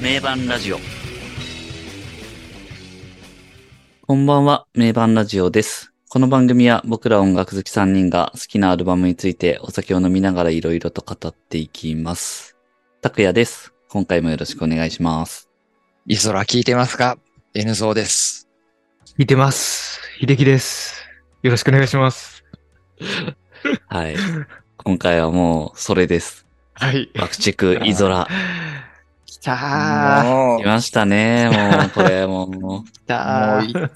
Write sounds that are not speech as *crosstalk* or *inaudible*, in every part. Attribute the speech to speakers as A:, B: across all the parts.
A: 名盤ラジオ。こんばんは、名盤ラジオです。この番組は僕ら音楽好き3人が好きなアルバムについてお酒を飲みながらいろいろと語っていきます。拓也です。今回もよろしくお願いします。
B: イソラ聞いてますか ?N ゾーです。
C: 聞いてます。秀樹です。よろしくお願いします。
A: はい。今回はもう、それです。
C: はい。
A: 爆竹、イゾラ。
C: 来たー。
B: も
A: 来ましたね。もう、これ、もう。も
C: 来たー。
B: う、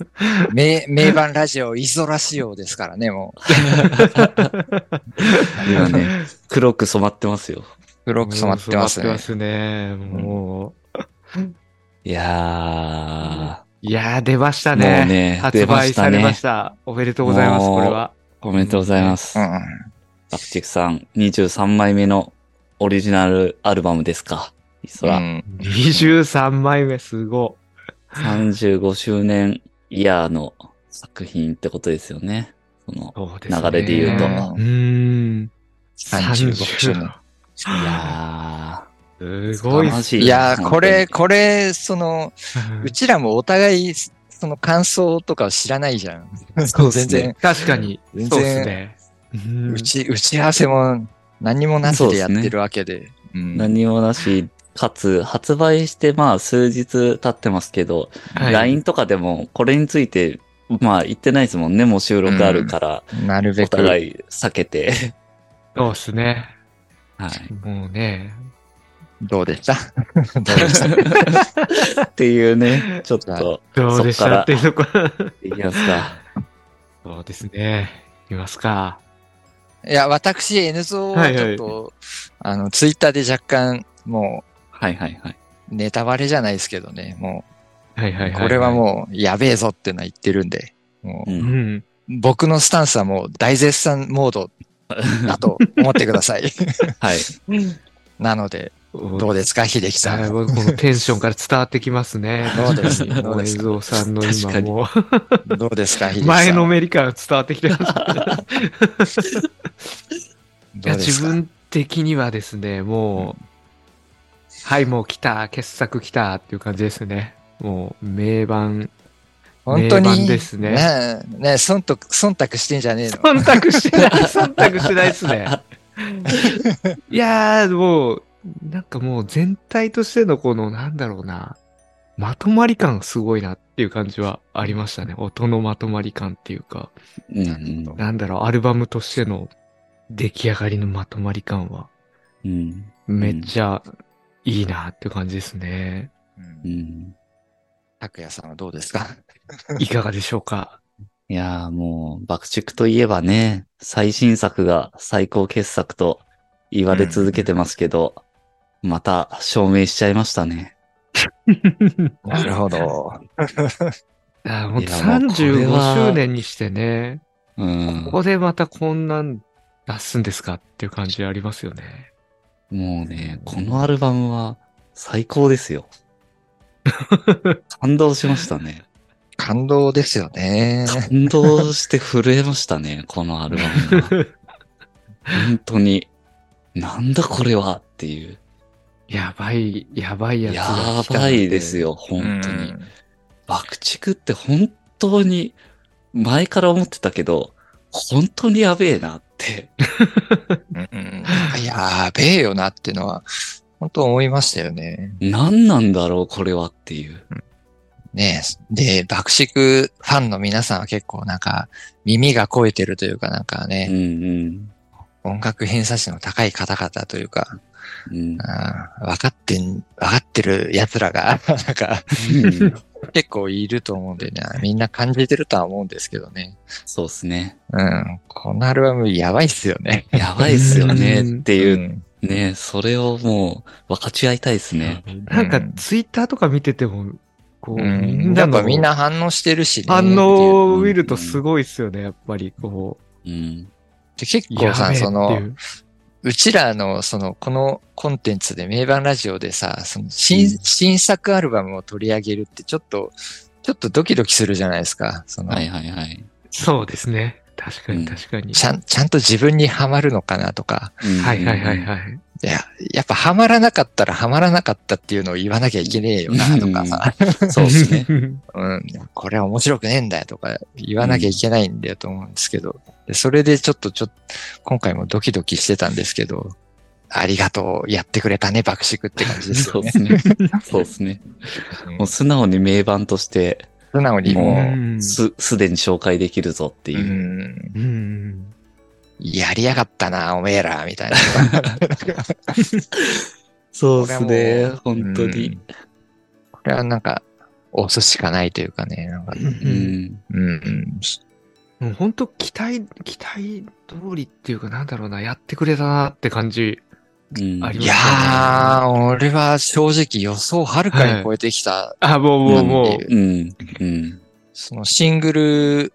B: 名、 *laughs* 名盤ラジオ、イソラ仕様ですからね、も
A: *laughs*
B: う。
A: う今
C: *laughs*
A: ね、黒く染まってますよ。
B: 黒く染まってます
C: 染ま
B: ね
C: っ。てますね。も
A: いや
C: う。いやー、出ました
A: ー。
C: ね。
A: もうね、
C: 発売されました。おめでとうございます、
A: もう
C: これは。
A: おめでとうございます。
B: う
A: バ
B: ん。
A: クチクさん、23枚目のオリジナルアルバムですか。イソラ、
B: うん
C: 23枚目、すご
A: 35周年イヤーの作品ってことですよね。その
C: い。、そうです
A: 流
C: ね
A: れで言うと。
B: うん
C: うーん。
B: 35周年
A: いや
C: すごいっす
A: うん
B: いやー、これ、これ、その、う
C: ね。
B: ちらもお互い、その感想とかを知らないじゃん。
A: そうっすね
B: 全然、
C: 確かに。
B: 全
C: そうです
B: 然、
C: ね。うん
B: 打ち、打ち合わせも何もなしでやってるわけで。うん
A: ー何もなし、かつ、発売してまあ数日経ってますけど、
C: はい
A: LINE とかでもこれについて、まあ言ってないですもんね。もう収録あるから、
B: なるべ
A: お
B: く。
A: 互い避けて。
C: そうですね。
A: はい。
C: もうね。
B: どうでした *laughs* どうでした
A: *laughs* っていうね、ちょっと、
C: どうでしたっていうとこ。
A: いきますか。
C: *laughs* そうですね。いますか。
B: いや、私、N ゾー
C: は
B: はいち
C: は
B: ょっ
C: い
B: と、あの、ツイッターで若干、も
A: はいはいはい。
B: う、ネタバレじゃないですけどね、も、
C: はいはいういい。
B: これはもう、やべえぞってのは言ってるんで、も
A: う。
B: う、
C: うん *laughs* ん。
B: 僕のスタンスはもう、大絶賛モードだと思ってくださ
C: *laughs*
B: い。
A: はい。
B: なので、ど
C: ど
B: うですか、秀樹さん。
C: このテンションから伝わってきますね。
B: どう
C: *laughs*
B: です
C: 確かに
B: どうです
C: 映像さんの今もう、
B: どうです
C: *laughs*
B: か、秀樹さん。
C: 前のめりから伝わってき
B: *laughs*
C: てます。い
B: ど
C: や
B: うです
C: 自
B: か
C: 分的にはですね、もう、はい、もう来た、傑作来たっていう感じですね。もう、名盤。
B: 本当
C: 名盤
B: に、
C: ですね
B: ねえ、ねえ、忖度、忖度してんじゃねえの。
C: 忖度し
A: *laughs*
C: ない、忖度しないですね。いやー、もう、なんかもう全体としてのこの、なんだろうな、まとまり感すごいなっていう感じはありましたね。音のまとまり感っていうか、
A: うん
C: なんだろう、アルバムとしての出来上がりのまとまり感は、
A: うん。
C: めっちゃいいなっていう感じで
A: *laughs*
C: すね。
B: うん
A: うん。
B: 拓也さんはどうですか
C: いかがでしょうか
A: いやーもう、爆竹といえばね、最新作が最高傑作と言われ続けてますけど、また証明しちゃいましたね。
B: なるほど。
C: あーほんと
A: いやもうこれは
C: 35周年にしてね、
A: うん
C: こ。こでまたこんなん出すんですかっていう感じありますよね。
A: もうね、このアルバムは最高です
C: *laughs*
A: よ。感動しましたね。
B: 感動ですよね。
A: 感動して震えましたね、このアルバム
C: *laughs*
A: は。本当に。なんだこれはっていう。
C: やばい、やばいやつが
A: や
C: 来た
A: ばいです
C: よ。
A: よ、本当に
B: う。ん。
A: 爆竹って本当に、前から思ってたけど、本当にやべえなって。
B: うんやべえよなっていうのは、本当思いましたよね。
A: 何なんだろう、これはっていう。
B: ねえ。で、爆竹ファンの皆さんは結構なんか、耳が肥えてるというかなんか
A: う
B: ね、
A: ん
B: 音楽偏差値の高い方々というか、
A: うん。うん
B: あー分かってん、分かってる奴らが、 *laughs* なんか、
A: *laughs*
B: 結構いると思うんでね、みんな感じてるとは思うんですけどね。
A: そうですね。
B: うん。このアルバムやばいっすよね。
A: やばいっすよね
C: うん
A: っていう、
B: ん
A: ね、それをもう分かち合いたいですね。
C: なんかツイッターとか見てても、こう、
B: うん
C: みん
B: やっ
C: なの
B: ぱみんな反応してるしね。
C: 反応を見るとすごいですよね、やっぱり。こ
A: うん。
B: で結
C: う、
B: 構さ、そ
C: やべえ
B: の
C: ってい、う
B: うちらの、その、このコンテンツで、名盤ラジオでさ、その新、
A: うん
B: 新作アルバムを取り上げるって、ちょっと、ちょっとドキドキするじゃないですか。その、
A: はいはいはい。
C: そうですね。確か
A: うん
C: に確かに。
B: ちゃん、ちゃんと自分にはまるのかなとか、
C: はいはいはいはい。
B: いや、やっぱはまらなかったらはまらなかったっていうのを言わなきゃいけねえよなとかさ、
A: い。そうです *laughs*
C: *laughs*
A: ね。
C: ね。
B: うん、これは面白くねえんだよとか言わなきゃいけないんだよと思うんですけど、でそれでちょっとちょっと、今回もドキドキしてたんですけど、ありがとう、やってくれたね、爆竹って感じです
A: そ
B: よ
A: うで *laughs*
B: ね。
A: すね。そうですね。
B: うん
A: もう素直に名盤として、
B: 素直に
C: う
B: も
C: ん。
A: す、すでに紹介できるぞって
B: う、
A: いうう。
B: ん、
C: うん。
B: やりやがったな、おめえら、みたいな。
C: *laughs*
A: そう
B: っすね
A: 本当に。
B: これはなんか、押すしかないというかね、なんか、
A: う
C: うん
A: ん。
B: うん、うん、
C: もう本当期待、期待通りっていうかなんだろうな、やってくれたなって感じ。
A: うん
C: あり
B: い
C: ま
B: や
C: す
B: ー、俺は正直予想をはるかに超えてきた。
C: あ、もうもうもう。
A: うん。うん。
B: そのシングル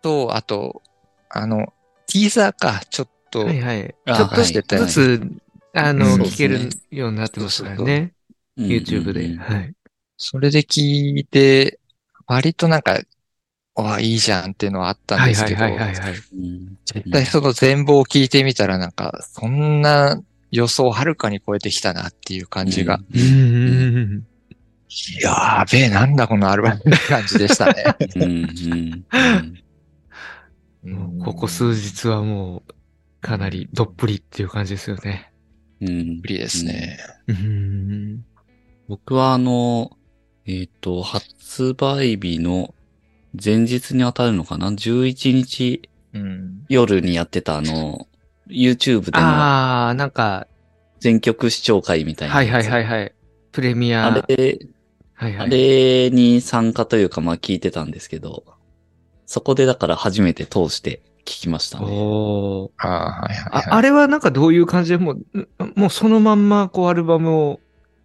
B: と、あと、あの、ティーザーか、ちょっと、
C: はいはい。
A: あ
C: ちょっとず
B: はい
C: つ、あの、
B: うん
C: 聞け
A: そう
C: る
A: で
C: ようになってました
B: そ
C: よ
B: うそう
C: ね。YouTube で。はい。
B: それで聞いて、割となんか、わあ、いいじゃんっていうのはあったん
C: はい
B: です
C: は
B: け
C: い
B: ど、
C: はいはいはい。
A: うん。
B: 絶対その全貌を聞いてみたらなんか、そんな予想をはるかに超えてきたなっていう感じが、
A: うん。
C: うん。
B: やーべえ、なんだこのアルバムって感じでしたね。
A: うんうん
C: もうここ数日はもう、かなりどっぷりっていう感じですよね。
A: うんうん
B: ぶりですね。
C: うん。
A: 僕はあの、えっ、と、発売日の前日に当たるのかな ?11 日
B: うん。
A: 夜にやってたあの、YouTube での
C: あー、なんか、
A: 全曲視聴会みたいな。
C: はいはいはいはい。プレミア。
A: あれ、
C: はいは
A: あ
C: い。
A: れに参加というかまあ聞いてたんですけど、そこでだから初めて通して聞きましたね。
C: おー
B: ああ、はいはい、はい
C: ああれはなんかどういう感じでもう、んもうそのまんまこうアルバムを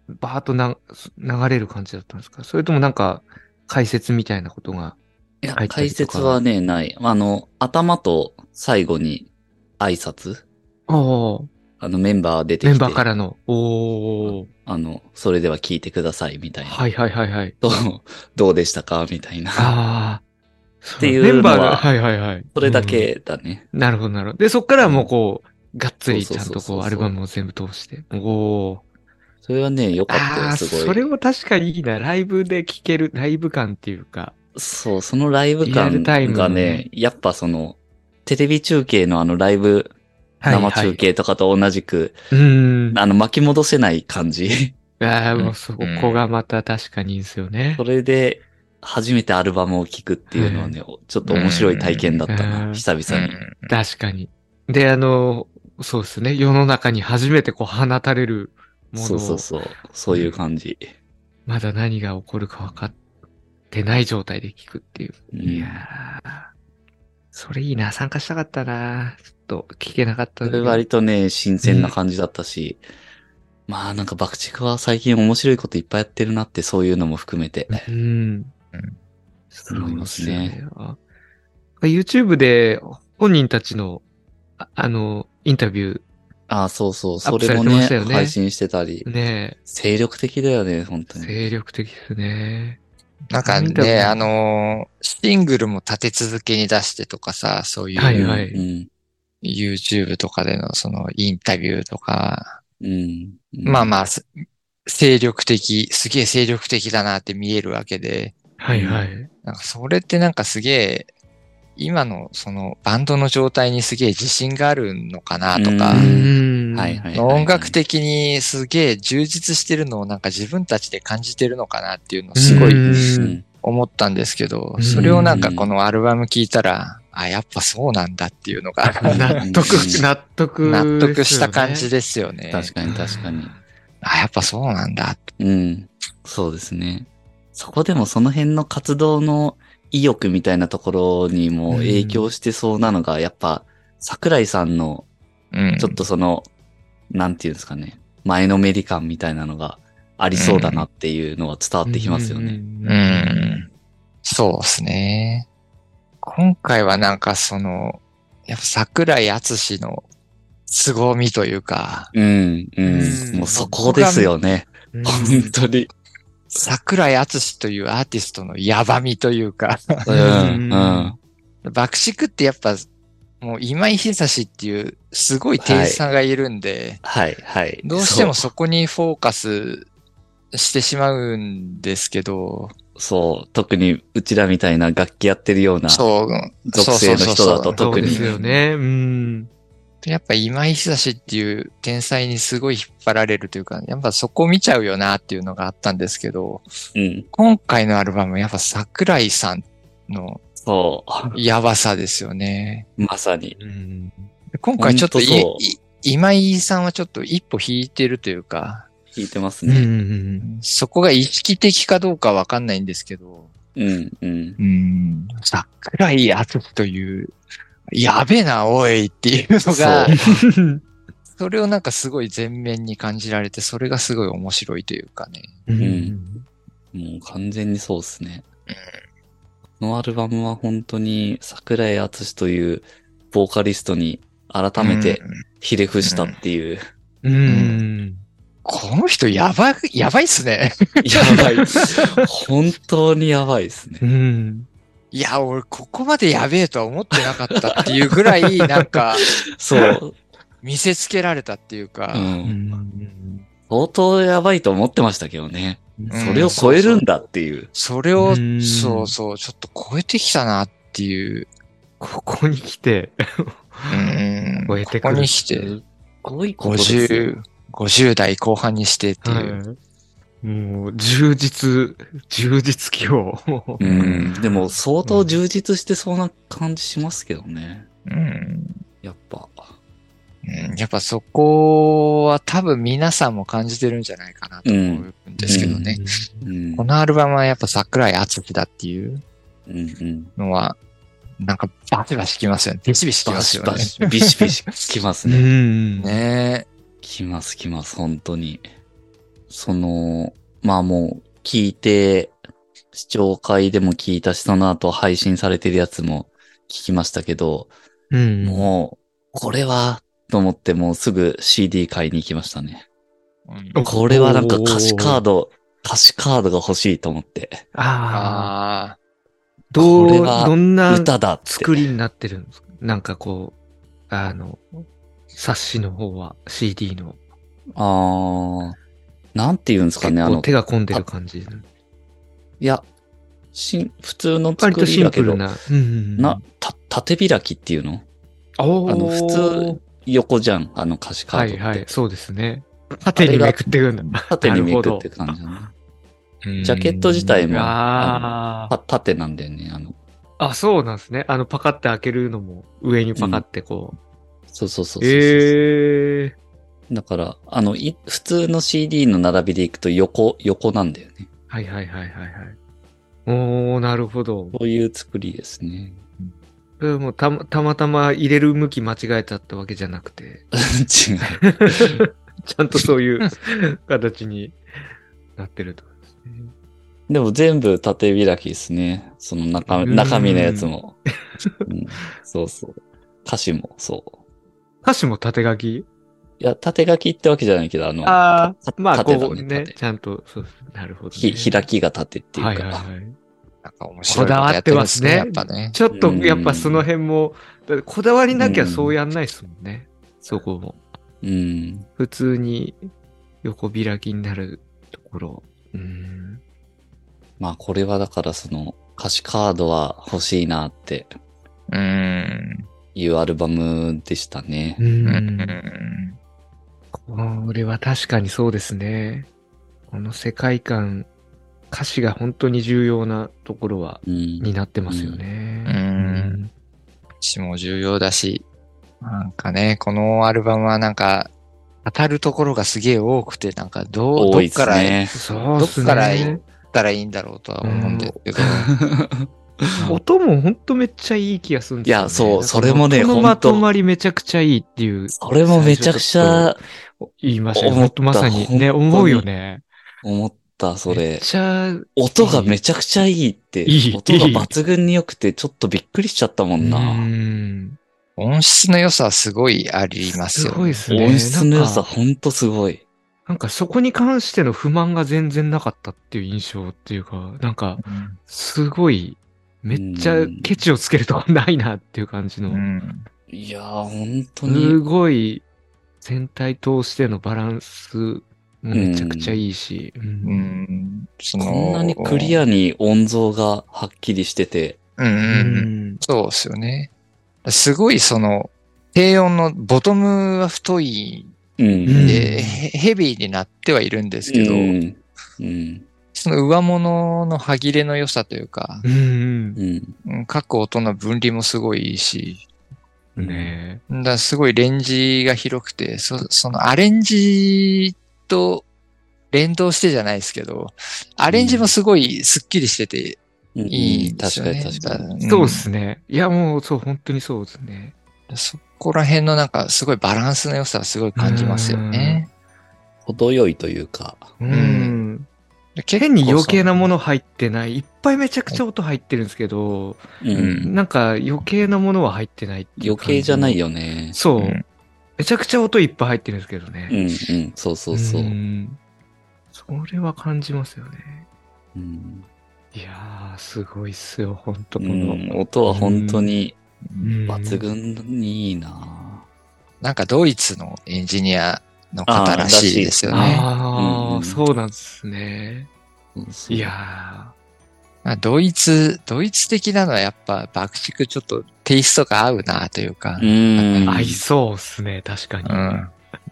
C: バーッとな流れる感じだったんですかそれともなんか解説みたいなことが。
A: いや
C: 入、った
A: 解
C: りとか
A: 説はね、ない。あの、頭と最後に挨拶
C: お
A: あのメンバー出てきて。
C: メンバーからの。おー
A: あの、それでは聞いてくださいみたいな。
C: はいはいはいはい。
A: どう、どうでしたかみたいな。
C: ああ。
A: っていうのは
C: メンバーが、はいはいはい。
A: それだけだね。
C: うん。なるほどなるほど。で、そっからもうこう、がっつり
A: そう
C: ち
A: そう
C: ゃ
A: んそうそう
C: と
A: そう
C: こうアルバムを全部通して。おー。
A: それはね、良かった
C: あ
A: よ、
C: あ、
A: すごい。
C: それも確かにいいな。ライブで聴ける、ライブ感っていうか。
A: そう、そのライブ
C: リア
A: 感
C: ルタイム
A: が
C: の
A: ね
C: ね、
A: やっぱその、テレビ中継のあのライブ、生中継とかと同じく、
C: うん。
A: あの巻き戻せない感じ。 *laughs*
C: ああ、
B: うん
C: もうそこがまた確かにいいですよね
A: そ。れで、初めてアルバムを聴くっていうのはね、ちょっと面白い体験だった
C: う
A: な、
C: ん
A: 久々に。
B: うん
C: 確かに。で、あの、そうですね。世の中に初めてこう放たれるも
A: そ
C: の
A: うそう
C: を、
A: そう、そういう感じ。
C: まだ何が起こるか分かってない状態で聞くっていう。
A: うん
C: いやーそれいいな。参加したかったな。ちょっと聞けなかったん
A: そ
C: だけ
A: れ
C: ど
A: 割とね、新鮮な感じだったし、まあなんか爆竹は最近面白いこといっぱいやってるなって、そういうのも含めて。
C: うん。そ
A: 思いますね。
C: YouTube で本人たちの、ああの、インタビュ
A: ああ、そうそう、
C: ア
A: そ
C: ップさ
A: れも
C: れてま
A: ね、
C: したよね
A: 配信してたり
C: ー、。ね
A: 精力的だよね、本当に。
C: 精力的ですね。
B: なんか
C: 見たこと
B: ね、
C: ない
B: あのーシングルも立て続けに出してとかさ、そうい
C: はいうはい
A: うん。
B: YouTube とかでのそのインタビューとか、
A: うん。うん
B: まあまあ、す精力的、すげえ精力的だなって見えるわけで、
C: はいはい。
B: なんかそれってなんかすげえ、今のそのバンドの状態にすげえ自信があるのかなとか
A: う、
C: ん
A: はいはいはいはい。
B: 音楽的にすげえ充実してるのをなんか自分たちで感じてるのかなっていうのをすごい
C: うん
A: うん。
B: 思ったんですけど
C: う、ん
B: それをなんかこのアルバム聞いたら、あ、やっぱそうなんだっていうのが
C: 納得
A: うん、
C: 納得、
B: 納得した感じ。ですよね。
A: 確かに確かに。
B: あ、やっぱそうなんだ。
A: うん。そうですね。そこでもその辺の活動の意欲みたいなところにも影響してそうなのが、やっぱ、桜井さんの、
B: うん。
A: ちょっとその、なんていうんですかね、前のめり感みたいなのがありそうだなっていうのは伝わってきますよね。
B: う。ん。そうですね。今回はなんかその、やっぱ桜井敦史の凄みというか、
A: うん、うん。
C: うん
A: もうそこですよね。
C: うん
A: 本当に。
B: 桜井敦史というアーティストのやばみというか、 *laughs*
A: うん、うん。
B: 爆竹ってやっぱ、もう今井久志っていうすごい店員さんがいるんで、
A: はい、はい。
B: どうしても
A: そ
B: そこにフォーカスしてしまうんですけど、
A: う。そう、特にうちらみたいな楽器やってるような、
B: そう、
A: 属性の人だと
B: そうそうそう
A: 特に
C: そうですよね。うん。
B: やっぱ今井久志っていう天才にすごい引っ張られるというか、やっぱそこ見ちゃうよなっていうのがあったんですけど、
A: うん、
B: 今回のアルバムはやっぱ桜井さんの
A: そ
B: やばさですよね。
A: う、まさに。
C: うん。
B: で今回ちょっとい
A: ほんとそう
B: い今井さんはちょっと一歩引いてるというか、
A: 弾いてます
C: うんう
A: ね。
C: ん
B: そこが意識的かどうかわかんないんですけど、
A: うん、うん。
B: うん、桜井敦という、やべえな、おいっていうのが、
A: そう
C: うん。
B: それをなんかすごい前面に感じられて、それがすごい面白いというかね。
C: うん。
A: もう完全にそうですね。このアルバムは本当に桜井敦というボーカリストに改めて
B: うん
A: ひれ伏したっていう。
C: うん。
B: この人やばい、やばいっすね。
A: やばい。本当にやばいですね
C: う。ん。
B: *laughs* いや、俺ここまでやべえとは思ってなかったっていうぐら *laughs* い、なんか
A: そう。
B: 見せつけられたっていうか、
A: う。
C: うんん
A: 相当やばいと思ってましたけどね。
B: うん
A: それを超えるんだっていう。
B: それを
C: う、ん
B: そうそう、ちょっと超えてきたなっていう。
C: ここに来て、
B: うん
C: 超えてく
B: こ
C: る
B: こに来
A: す
B: て、
A: ごいことですよ。
B: 50、50代後半にしてっていう。
C: はいもう、充実、充実期を。もう
A: うん。でも相当充実してそうな感じしますけどね。
B: うん
A: やっぱ。
B: うんやっぱそこは多分皆さんも感じてるんじゃないかなと思うんですけどね。
A: うん。
B: このアルバムはやっぱ桜井敦樹だっていう
A: うんうん。
B: のは、なんかバシバシきますよね。ビシビシきま
A: バ
B: す
A: シ
B: よ
A: バ
B: ね。
A: シ、ビシビシきます
C: う
A: ね。
C: ん。
B: ね
A: 来ます来ます、本当に。その、まあもう、聞いて、視聴会でも聞いたし、その後配信されてるやつも聞きましたけど、
C: うん。
A: もう、これは、と思ってもうすぐ CD 買いに行きましたね。
B: うん
A: これはなんか歌詞カード、歌詞カードが欲しいと思って、
C: ああ、
B: あ
C: どう、
A: これは
C: どんな
A: 歌だって。
C: 作りになってるんですかなんかこう、あの、冊子の方は CD の。
A: あー、なんて言うんですか
C: 結
A: ね、あ
C: 構
A: の、
C: 手が込んでる感じ。
A: いや、しん普通の
C: 割
A: 作
C: と
A: り
C: シ
A: だ
C: ン
A: け
C: プ
A: ど、
C: ル
A: な、
C: な。うんうん、
A: た、縦開きっていうの
C: おー
A: あの、普通、横じゃん、あの歌詞カード
C: は
A: って。
C: いはい、そうですね。縦にめくってくるんだ。
A: 縦にめくって感じだね。
B: ー
A: ジャケット自体も
C: あ
A: た縦なんだよね、あの。
C: あ。あ、そうなんですね。あの、パカって開けるのも、上にパカってこう。
A: そうそうそうそうそう
C: ええ
A: だから、あの、い普通の CD の並びでいくと横、横なんだよね。
C: はいはいはいはいはい。おー、なるほど。
A: こういう作りですね。 *laughs*
C: それもたまたまたま入れる向き間違えちゃったわけじゃなくて、
A: 違う。
C: ちゃんとそういう *laughs* 形になってるってことですね。
A: でも全部縦開きですね。その中、
C: うん
A: 中身のやつも。うんそうそう。歌詞もそう。
C: 歌詞も縦書き
A: いや、縦書きってわけじゃないけど、あの、
C: ああ
A: た、
C: まあこ
A: 縦だね
C: うね、
A: 縦
C: ちゃんと、そうなるほど、ね。
A: ひ開きが縦っていうか。
C: はいはいはい。
B: なんか面白いことやってますね。やっぱね。
C: ちょっとやっぱその辺も、だってこだわりなきゃそうやんないですもんね。そこも。
A: うん。
C: 普通に横開きになるところ。うん。
A: まあこれはだからその歌詞カードは欲しいなって
B: うん。
A: いうアルバムでしたね。
C: うん。これは確かにそうですね。この世界観、歌詞が本当に重要なところは、
A: うん。
C: になってますよね。
B: うん詞も重要だし、なんかね、このアルバムはなんか、語るところがすげえ多くて、なんかどう、
A: 多い
B: ど
A: で
B: っか
A: す
B: ら行っ
A: ね。
C: そうっすね。
B: どっからいいたらいいんだろうとは思うんですけど、
C: 音もほんとめっちゃいい気がするんですよ、ね。
A: いやそう
C: なんか
A: それもね
C: こ
A: ほ
C: の
A: んと
C: まとまりめちゃくちゃいいっていう。
A: それもめちゃくちゃ
C: 言いましたよ。
A: 思っ
C: ほん
A: た
C: とまさにね、
A: ほんとに
C: 思うよね。
A: 思った、そ
C: め
A: れ
C: *laughs* っ。ちゃ、
A: 音がめちゃくちゃいいって。
C: いい
A: 音が抜群に良くて、ちょっとびっくりしちゃったもん
C: う
A: な。
C: ん
B: 音質の良さはすごいあります
C: す
B: よ、ね。
C: ごいですね。
A: 音質の良さ
C: なんか
A: ほんとすごい。
C: なんかそこに関しての不満が全然なかったっていう印象っていうか、なんか、
B: うん
C: すごい、うめっちゃケチをつけるとこないなっていう感じの、
B: うん。
A: いやー、本当
C: す
A: に。
C: ごい全体通してのバランスもめちゃくちゃいいし、う
B: うんん。その
A: こんなにクリアに音像がはっきりしてて。
B: うんうんうん。そうですよね。すごいその、低音のボトムは太い
A: うん。
B: ん
C: う
B: で、
C: ん
B: へヘビーになってはいるんですけど、
A: うん。うん。
B: その上物の歯切れの良さというか
C: う、ん
A: うん。
B: うん各音の分離もすごいいいし、
C: うんね
B: だからすごいレンジが広くて、そそのアレンジと連動してじゃないですけど、アレンジもすごいスッキリしてて
A: うん
B: いいんです
A: 確
B: よ
A: か
B: ね。
A: に確かに。
B: に
C: えそうですね。いや、もう、そう、本当にそうですね。
B: そこら辺のなんかすごいバランスの良さはすごい感じますよね。
A: 程よいというか。
C: うんん。変
B: 変
C: に余計なも
B: の。
C: の入ってない。いっぱいめちゃくちゃ音入ってるんですけど、
A: う
B: うん
A: ん。
C: なんか余計なものは入ってないっていう
A: 余
C: 感
A: 計じゃない
C: よ。
A: よね。
C: そう。
B: うん
C: めちゃくちゃ音いっぱい入ってるんですけど
A: うん
C: ね。
A: うん。そうそうそう。
C: んそれは感じますよね。
A: うん
C: いやー、すごいっすよ、ほんと
A: う
C: この。
A: ん。音は本当に
C: うん
A: 抜群にいいな
B: なんかドイツのエンジニアの方らしいですよね。
C: あ
A: う
C: あ、
A: ん
C: そうなんですね。
A: そうそう
C: いや
B: まあドイツ、ドイツ的なのはやっぱ爆竹ちょっとテイストが合うなというか
A: う、ん。
C: ー、合いそうっすね、確かに。
B: うん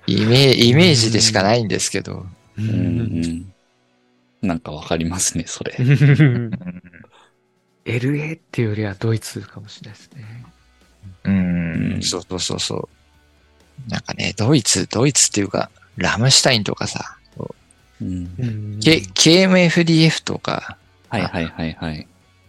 B: イメイメージでしかないんですけど、
A: う
C: う
A: ん
C: ん
A: うんなんかわかりますね、それ。
C: LA っていうよりはドイツかもしれないですね。
B: うん
A: うん
B: そうそうそうそう。なんかね、ドイツ、ドイツっていうか、ラムシュタインとかさ、
A: うん
C: うん
B: K、KMFDF とか、
A: はいはいはいはい。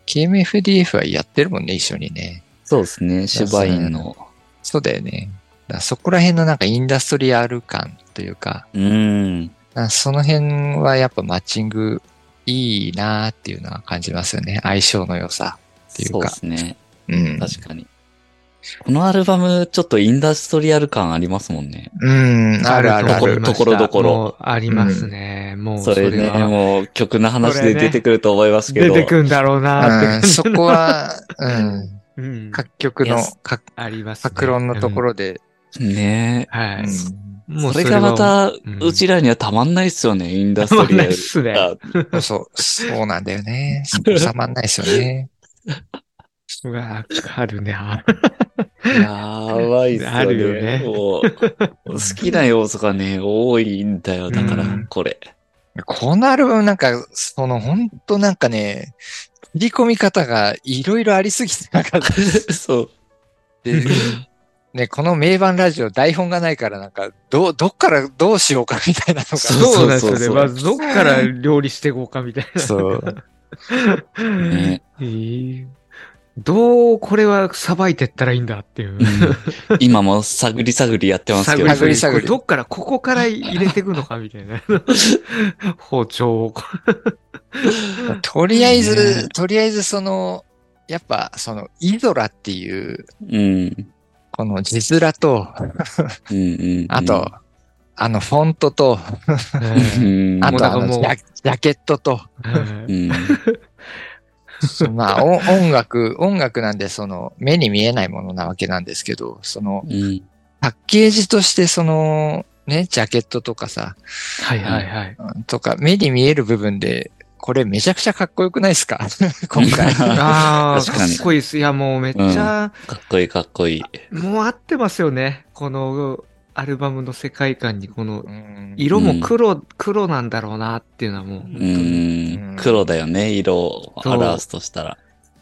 B: KMFDF はやってるもんね、一緒にね。
A: そうですね、シュバインの。
B: そうだよね。だからそこら辺のなんかインダストリアル感というか、
A: うん。
B: あその辺はやっぱマッチングいいなーっていうのは感じますよね。相性の良さ。ていう
A: そうで
B: か
A: すね、
B: うん。
A: 確かに。このアルバム、ちょっとインダストリアル感ありますもんね。
B: うん、あるあるあ
A: こ
B: る。
A: ろところどころ
C: もうありますね。もう
A: そ
C: そ
A: れ
C: れ
A: ね、
C: は
A: もう曲の話
C: それ
A: で
C: ね
A: 出てくると思いますけ
C: 出
A: ど。
C: てくんだろう
B: う
C: なーっ
B: ん、
C: て
B: そこは、うん、
C: うん
B: 各曲
A: い
B: の
A: や、
B: 各
C: ありますね。
B: 各論のとこ
C: ろ。
B: ろで、
A: ね
C: は
B: う
C: い。
B: ん
A: え。
C: もう
A: それがま
C: は、
A: た、
C: ん
A: うちらにはたまんないっすよね、インダスト
C: そう
A: リア
C: ない
A: ル
C: っ。すね。
A: あ
B: そうそう、そうなんだよね。そこ収まんないですよね。
C: うわ、あるね。
A: やばいっすよね。
C: あるよね
A: もう好きな要素が
C: *laughs*
A: ね、多いんだよ。だから
C: うん、
A: これ。 *laughs*
B: このアルバムなんか、その本当なんかね、振り込み方がいろいろありすぎて、なんか、
A: そう。
B: で、
C: *laughs*
B: ね、この名盤ラジオ台本がないから、なんか、どう、どっからどうしようかみたいなのが。
A: そう
C: そうなんです
A: そうそう
C: よね。
A: そう
C: まずどっから料理していこうかみたいな。
B: そう。
A: ね
C: えーどうこれはさばいてったらいいんだっていう。
A: 今も探り探りやってますけど。
B: 探り探り
C: どっから、ここから入れていくのかみた
B: *laughs*
C: いな。包丁を。
B: とりあえず、
A: ね
B: とりあえずその、やっぱ、その、イゾラっていう、
A: うん。
B: この字面と、
A: うんうん。
B: あと、あの、フォントと、 *laughs*
A: うん、うん。
B: あ
C: もう
B: と
C: なん
B: あ
C: か
B: の
C: もう
B: ジャ、ジャケットと、
A: う
C: うん
A: ん。
B: まあ、お音楽、音楽なんで、その、目に見えないものなわけなんですけど、その、
A: うん。
B: パッケージとして、その、ね、ジャケットとかさ、
C: はいはいはい。
B: とか、目に見える部分で、これめちゃくちゃかっこよくないですか今回。
C: *laughs* ああ、
A: 確
C: か
A: か
C: っ
A: に
C: こいいです。いや、もうめっちゃ、
A: かっこいいかっこいい。
C: もう合ってますよね。このアルバムの世界観に、この
B: うん
C: 色も黒、黒なんだろうなっていうのはもう、
A: う
B: うん
A: ん。黒だよね、色を表すとしたら。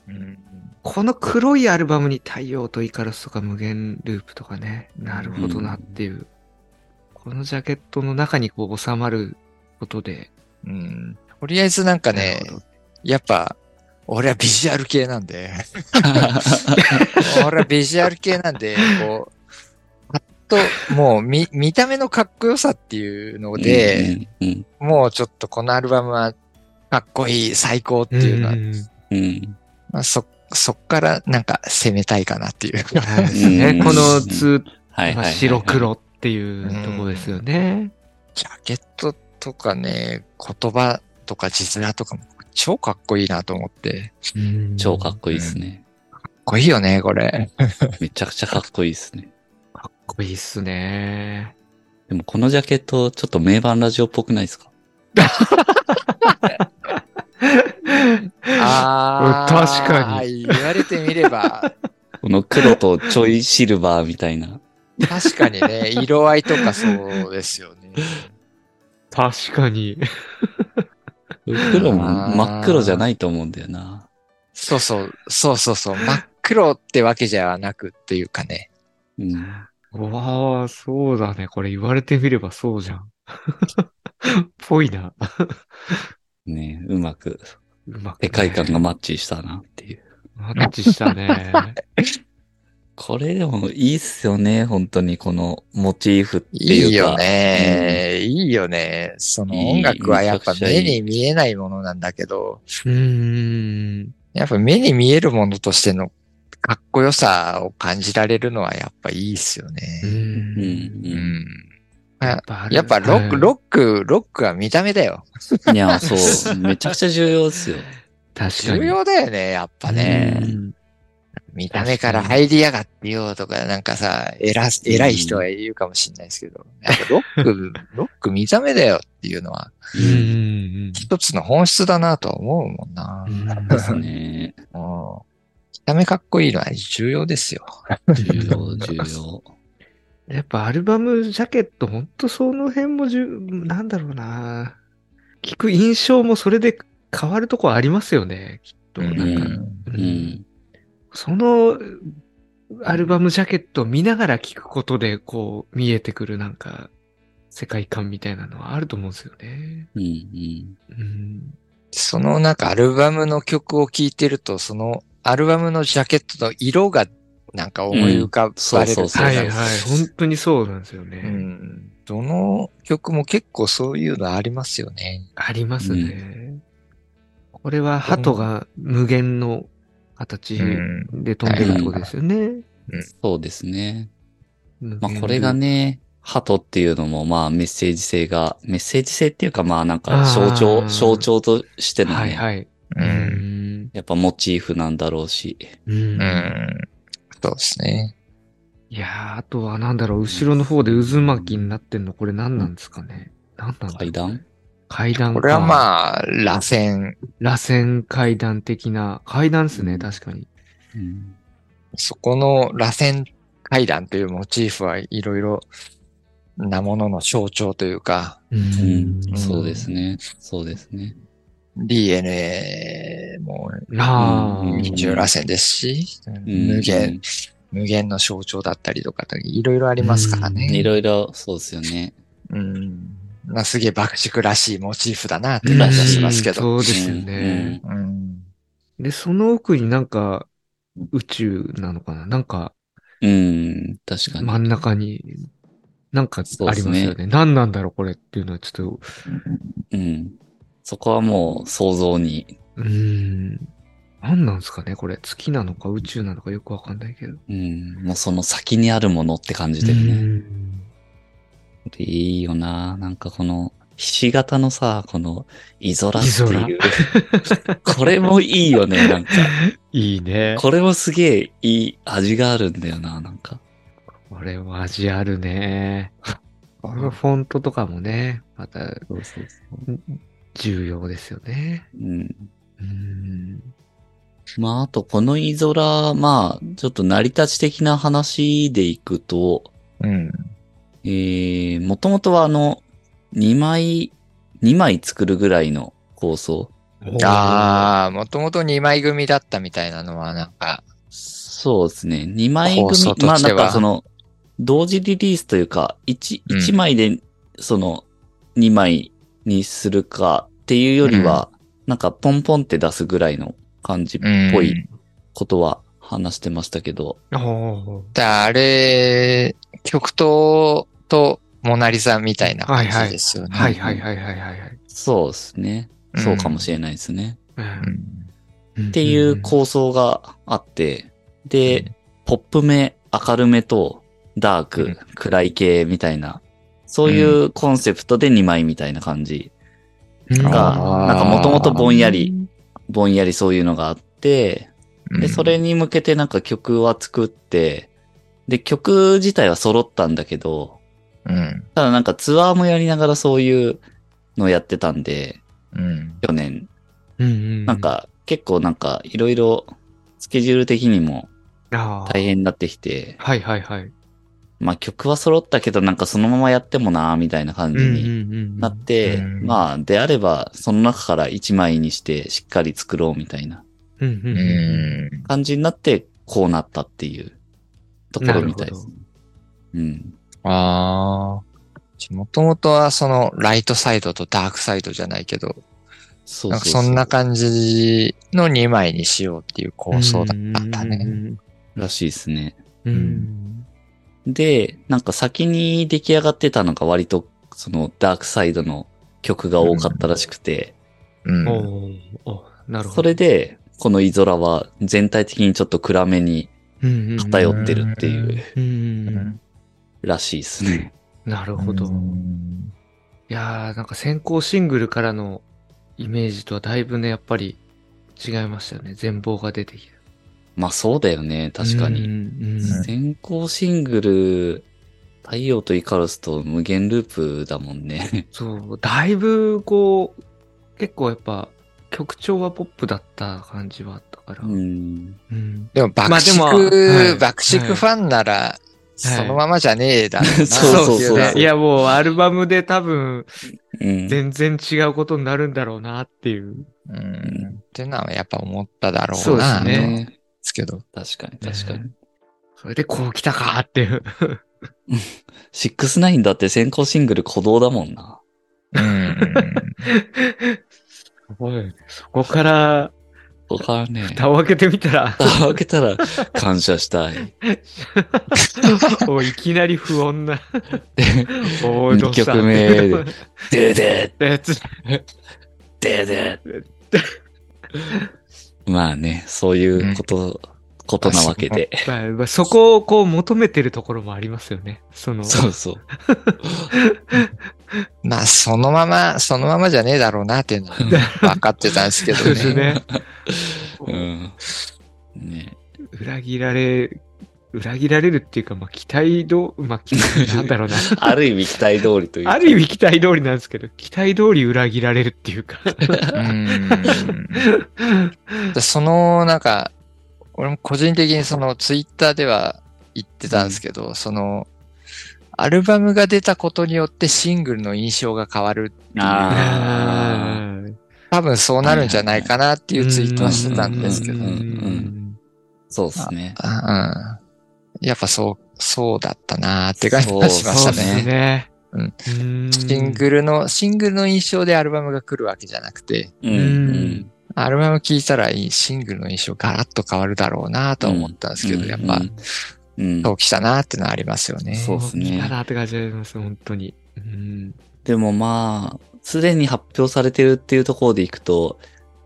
B: うん
C: この黒いアルバムに太陽とイカロスとか無限ループとかね、なるほどなっていう。このジャケットの中にこう収まることで。
B: うんとりあえずなんかね、やっぱ、俺はビジュアル系なんで、 *laughs* 俺はビジュアル系なんで、こう、パッと、もう見、見た目のかっこよさっていうので、
A: うん、うん。
B: もうちょっとこのアルバムは、かっこいい、最高っていうのは、
C: ん
A: うん。
B: まあ、そ、そっからなんか攻めたいかなっていう。
C: はい *laughs* ですね。
A: うん
C: このツ
A: はいはいは
C: ー、
A: い
C: まあ
A: はい。
C: 白。黒っていうところですよね。
B: ジャケットとかね、言葉とか字面とかも超かっこいいなと思って。
A: 超かっこいいですね。
B: かっこいいよね、これ。
A: めちゃくちゃかっこいいですね。
C: かっこいいっすね。
A: でもこのジャケット、ちょっと名盤ラジオっぽくないですか
B: あ
C: 確か
B: に。言われてみれ
C: *laughs*
B: ば、
A: この黒とちょいシルバーみたいな。
B: 確かにね、色合いとかそうですよね。
C: 確かに。
A: 黒も真っ黒じゃないと思うんだよな。
B: そうそう、そうそうそう、真っ黒ってわけじゃなくっていうかね。
A: うん。
C: うわあ、そうだね。これ言われてみればそうじゃん。 *laughs* ぽいな。
A: ねうまく
C: うまく、
A: 世界観が。マッチしたなっていう。
C: マッチしたね。
A: これでもいいっすよね、本当にこのモチーフって
B: い
A: いうか。
B: いよね、いいよね。その音楽はやっぱ
A: いいめちゃくちゃい
B: 目
A: い
B: に見えないものなんだけど、
C: うーん。
B: やっぱ目に見えるものとしてのかっこよさを感じられるのはやっぱいいっすよ
C: *laughs* う。
B: ね。
A: うん。うん
B: うん
A: ん。
C: ぱあれ
B: やっぱロック、
C: うん
B: ロック、ロックは見た目だよ。
A: いや、そう。めちゃくちゃ重要ですよ。
C: 確か
B: 重
C: に。
B: 要だよね、やっぱね。
C: うん
B: 見た目から入りやがってよとか、なんかさ、偉す、偉い人は言うかもしれないですけど、やっぱロック、ロック見た目だよっていうのは、
C: うんうん
B: 一つの本質だなとは思うもんな
C: う。ん。 *laughs*
A: ですね。
B: うん見た目かっこいいのは重要ですよ。
A: 重要、重要。
C: やっぱアルバム、ジャケット、ほんとその辺もじゅ、なんだろうな。聞く印象もそれで変わるとこありますよね、きっと。
B: う
C: なんか、
B: ん
A: う
C: うん
A: ん。
C: そのアルバムジャケットを見ながら聞くことで、こう、見えてくるなんか、世界観みたいなのはあると思うんですよね。
A: うん。うん。
C: うん。
B: そのなんかアルバムの曲を聴いてると、そのアルバムのジャケットの色がなんか思い浮かばれ
A: う
B: る
A: んそうそうそう
C: はいはい。
B: なんか
C: 本当にそうなんですよね。
B: うんどの曲も結構そういうのありますよね。
C: ありますね。これは鳩が無限の形
B: うん
C: で飛んでるってことですよね。
A: そうですね。
C: 無
A: まあ
C: 限
A: これがね、鳩っていうのもまあメッセージ性が、メッセージ性っていうかまあなんか象
C: あー
A: 徴、象徴としてのね、
C: はいはい。
B: う。
C: うんん。
A: やっぱモチーフなんだろうし。
C: うん
B: うん。そうですね。
C: いやー、あとはなんだろう、後ろの方で渦巻きになってんの、これ何なんですかね。何なんだろう
A: 階段
C: 階段か。
B: これはまあ、螺旋。
C: 螺旋階段的な、階段です
A: う
C: ね、
A: ん
C: 確かに。
A: うん。
B: そこの螺旋階段というモチーフはいろいろなものの象徴というか、
C: う
A: うん、そうですね。そうですね。
B: DNA も
C: なあ、
A: うん
B: 二重螺旋ですし、
A: うん
B: 無限、。無限の象徴だったりとか、いろいろありますから
A: うんい
B: ね。
A: ろいろそうですよね。
B: うん。まあ、すげえ爆竹らしいモチーフだなって
C: うん
B: 感じはしますけど。
C: そうですよね。
B: うん。
C: で、その奥になんか、宇宙なのかななんか、
A: うん。うん、確かに。
C: 真ん中に、なんかあり
A: そう
C: ます
A: です
C: よ
A: ね
C: ね。何なんだろう、これっていうのはちょっと、
A: うん。そこはもう想像に、
C: うーん。何なんですかね、これ。月なのか宇宙なのかよくわかんないけど。
A: うん、もうその先にあるものって感じだよ
C: う
A: ね。
C: ん
A: いいよななんかこの、ひし形のさ、この、イゾラっていう。 *laughs* これもいいよね、なんか。
C: いいね。
A: これもすげえいい味があるんだよな、なんか。
C: これは味あるね。このフォントとかもね、また
A: そうそうそう。
C: 重要ですよね。
A: うん。
C: うーん。
A: まあ、あと、このイゾラ、まあ、ちょっと成り立ち的な話でいくと、
B: うん。
A: えー、もともとはあの、2枚、2枚作るぐらいの構想。
B: ああ、もともと2枚組だったみたいなのは、なんか、
A: そうですね。2枚
B: 構想
A: 組
B: とし、ては
A: まあなんかその、同時リリースというか、1、
B: うん
A: 一枚で、その、2枚にするかっていうよりは、なんかポンポンって出すぐらいの感じっ
B: うん。
A: ぽいことは話してましたけど、
C: おー
B: だあれ、極東とモナリザみたいな感じですよね。
C: はいはいはいはいはいはい。
A: そうですね。そうかもしれないですね。
C: うん
B: うん
A: っていう構想があって、で、ポップ目、明るめと、ダー
B: うん
A: ク、暗い系みたいな、そういうコンセプトで2枚みたいな感じ
C: うん
A: が、
B: あー
A: なんかもともとぼんやりぼんやりそういうのがあって、
B: う
A: で、
B: ん
A: それに向けてなんか曲は作って、で、曲自体は揃ったんだけど、
B: うん。
A: ただなんかツアーもやりながらそういうのをやってたんで、
B: うん。
A: 去年、
C: うんうん。
A: なん、か結構なんかいろいろスケジュール的にも
C: ああ。
A: 大変になってきて、
C: はいはいはい。
A: まあ曲は揃ったけどなんかそのままやってもなーみたいな感
C: うんう
A: じ
C: ん
A: に
C: うん。
A: なって、
B: うん
A: まあであればその中から一枚にしてしっかり作ろうみたいな
C: うんう
B: うん。
C: うん
A: 感じになってこうなったっていうところみたいですね。うん。
B: ああ。もともとはそのライトサイドとダークサイドじゃないけど、
A: そう
B: なん
A: そう
B: か
A: そ
B: そ
A: うん
B: な感じの2枚にしようっていう構想だったね。。
A: らしいですね。
C: うんうん
A: で、なんか先に出来上がってたのが割とそのダークサイドの曲が多かったらしくて、
B: う
C: うん。
B: ん。
C: おーお、なるほど。
A: それでこのイゾラは全体的にちょっと暗めに
C: うんうん、
A: 偏ってるって
B: うんうん
A: いう
C: うんうんうん。
A: らしいですね。
C: なるほど。
B: うん
C: いやー、なんか先行シングルからのイメージとはだいぶね、やっぱり違いましたよね。全貌が出てきた。
A: まあそうだよね、確か
C: う
A: に。
C: んうんうん
A: 先行シングル、太陽とイカロスと無限ループだもんね。
C: そう、だいぶこう、結構やっぱ曲調はポップだった感じはあったから。
A: うん。
C: うん
B: でも爆竹、
C: まあでもはい
B: 爆竹ファンなら、そのままじゃねえだろうな、
A: そうそうそう
C: ですねい
B: や、
C: やもうアルバムで多分
A: うん、
C: 全然違うことになるんだろうなっていう。
B: うん。ってのはやっぱ思っただろ
C: そううです
B: な、
C: ね
B: と思うんですけど。
A: 確かに確かに。
C: それでこう来たかっていう。
A: シックスナインだって先行シングル鼓動だもんな。
B: うん。
C: すごいね。そこから
A: わかるね。
C: 蓋を開けてみた *laughs* ら、
A: 蓋を開けたら感謝したい。
C: *laughs* おいきなり不穏な。おい
A: 二
C: どうした
A: 曲目
C: *laughs*
A: で。でで
C: でつ
A: ででまあね、そういうこと、ことなわけで。
C: まあまあそこをこう求めてるところもありますよね。その、
A: そうそう。
B: まあ、そのまま、そのままじゃねえだろうなっていう
C: *laughs*
B: のは分かってたんですけど
C: そうで
B: ね。
C: すね。
A: うん。ね
C: *laughs* 裏切られ、裏切られるっていうか、まあ、期待ど、まあ、期なんだろ
B: *laughs*
C: うな。
A: ある意味期待通りというか
C: ある意味期待通りなんですけど、期待通り裏切られるっていうか。
B: うんでその、なんか、俺も個人的にそのツイッターでは言ってたんですけど、その、アルバムが出たことによってシングルの印象が変わる。
A: ああ。
C: *laughs* うん
B: 多分そうなるんじゃないかなっていうツイートはしてたんですけど
C: う。
A: うん
C: ん
A: そうですね。
B: あうんやっぱそう、そうだったなーって感じがしまし
C: そ
B: た
C: うで
B: ね
C: すね。
B: うん
C: うん
B: シングルの、シングルの印象でアルバムが来るわけじゃなくて、
A: うん。
C: うん
B: アルバム聴いたらいいシングルの印象ガラッと変わるだろうなーとは思ったんですけど、
A: うん
B: やっぱ、
A: うん。
B: そうきたなーってのはありますよね。
A: そうですね
C: 来たなって感じがします、本当に。うん
A: でもまあ、すでに発表されてるっていうところでいくと、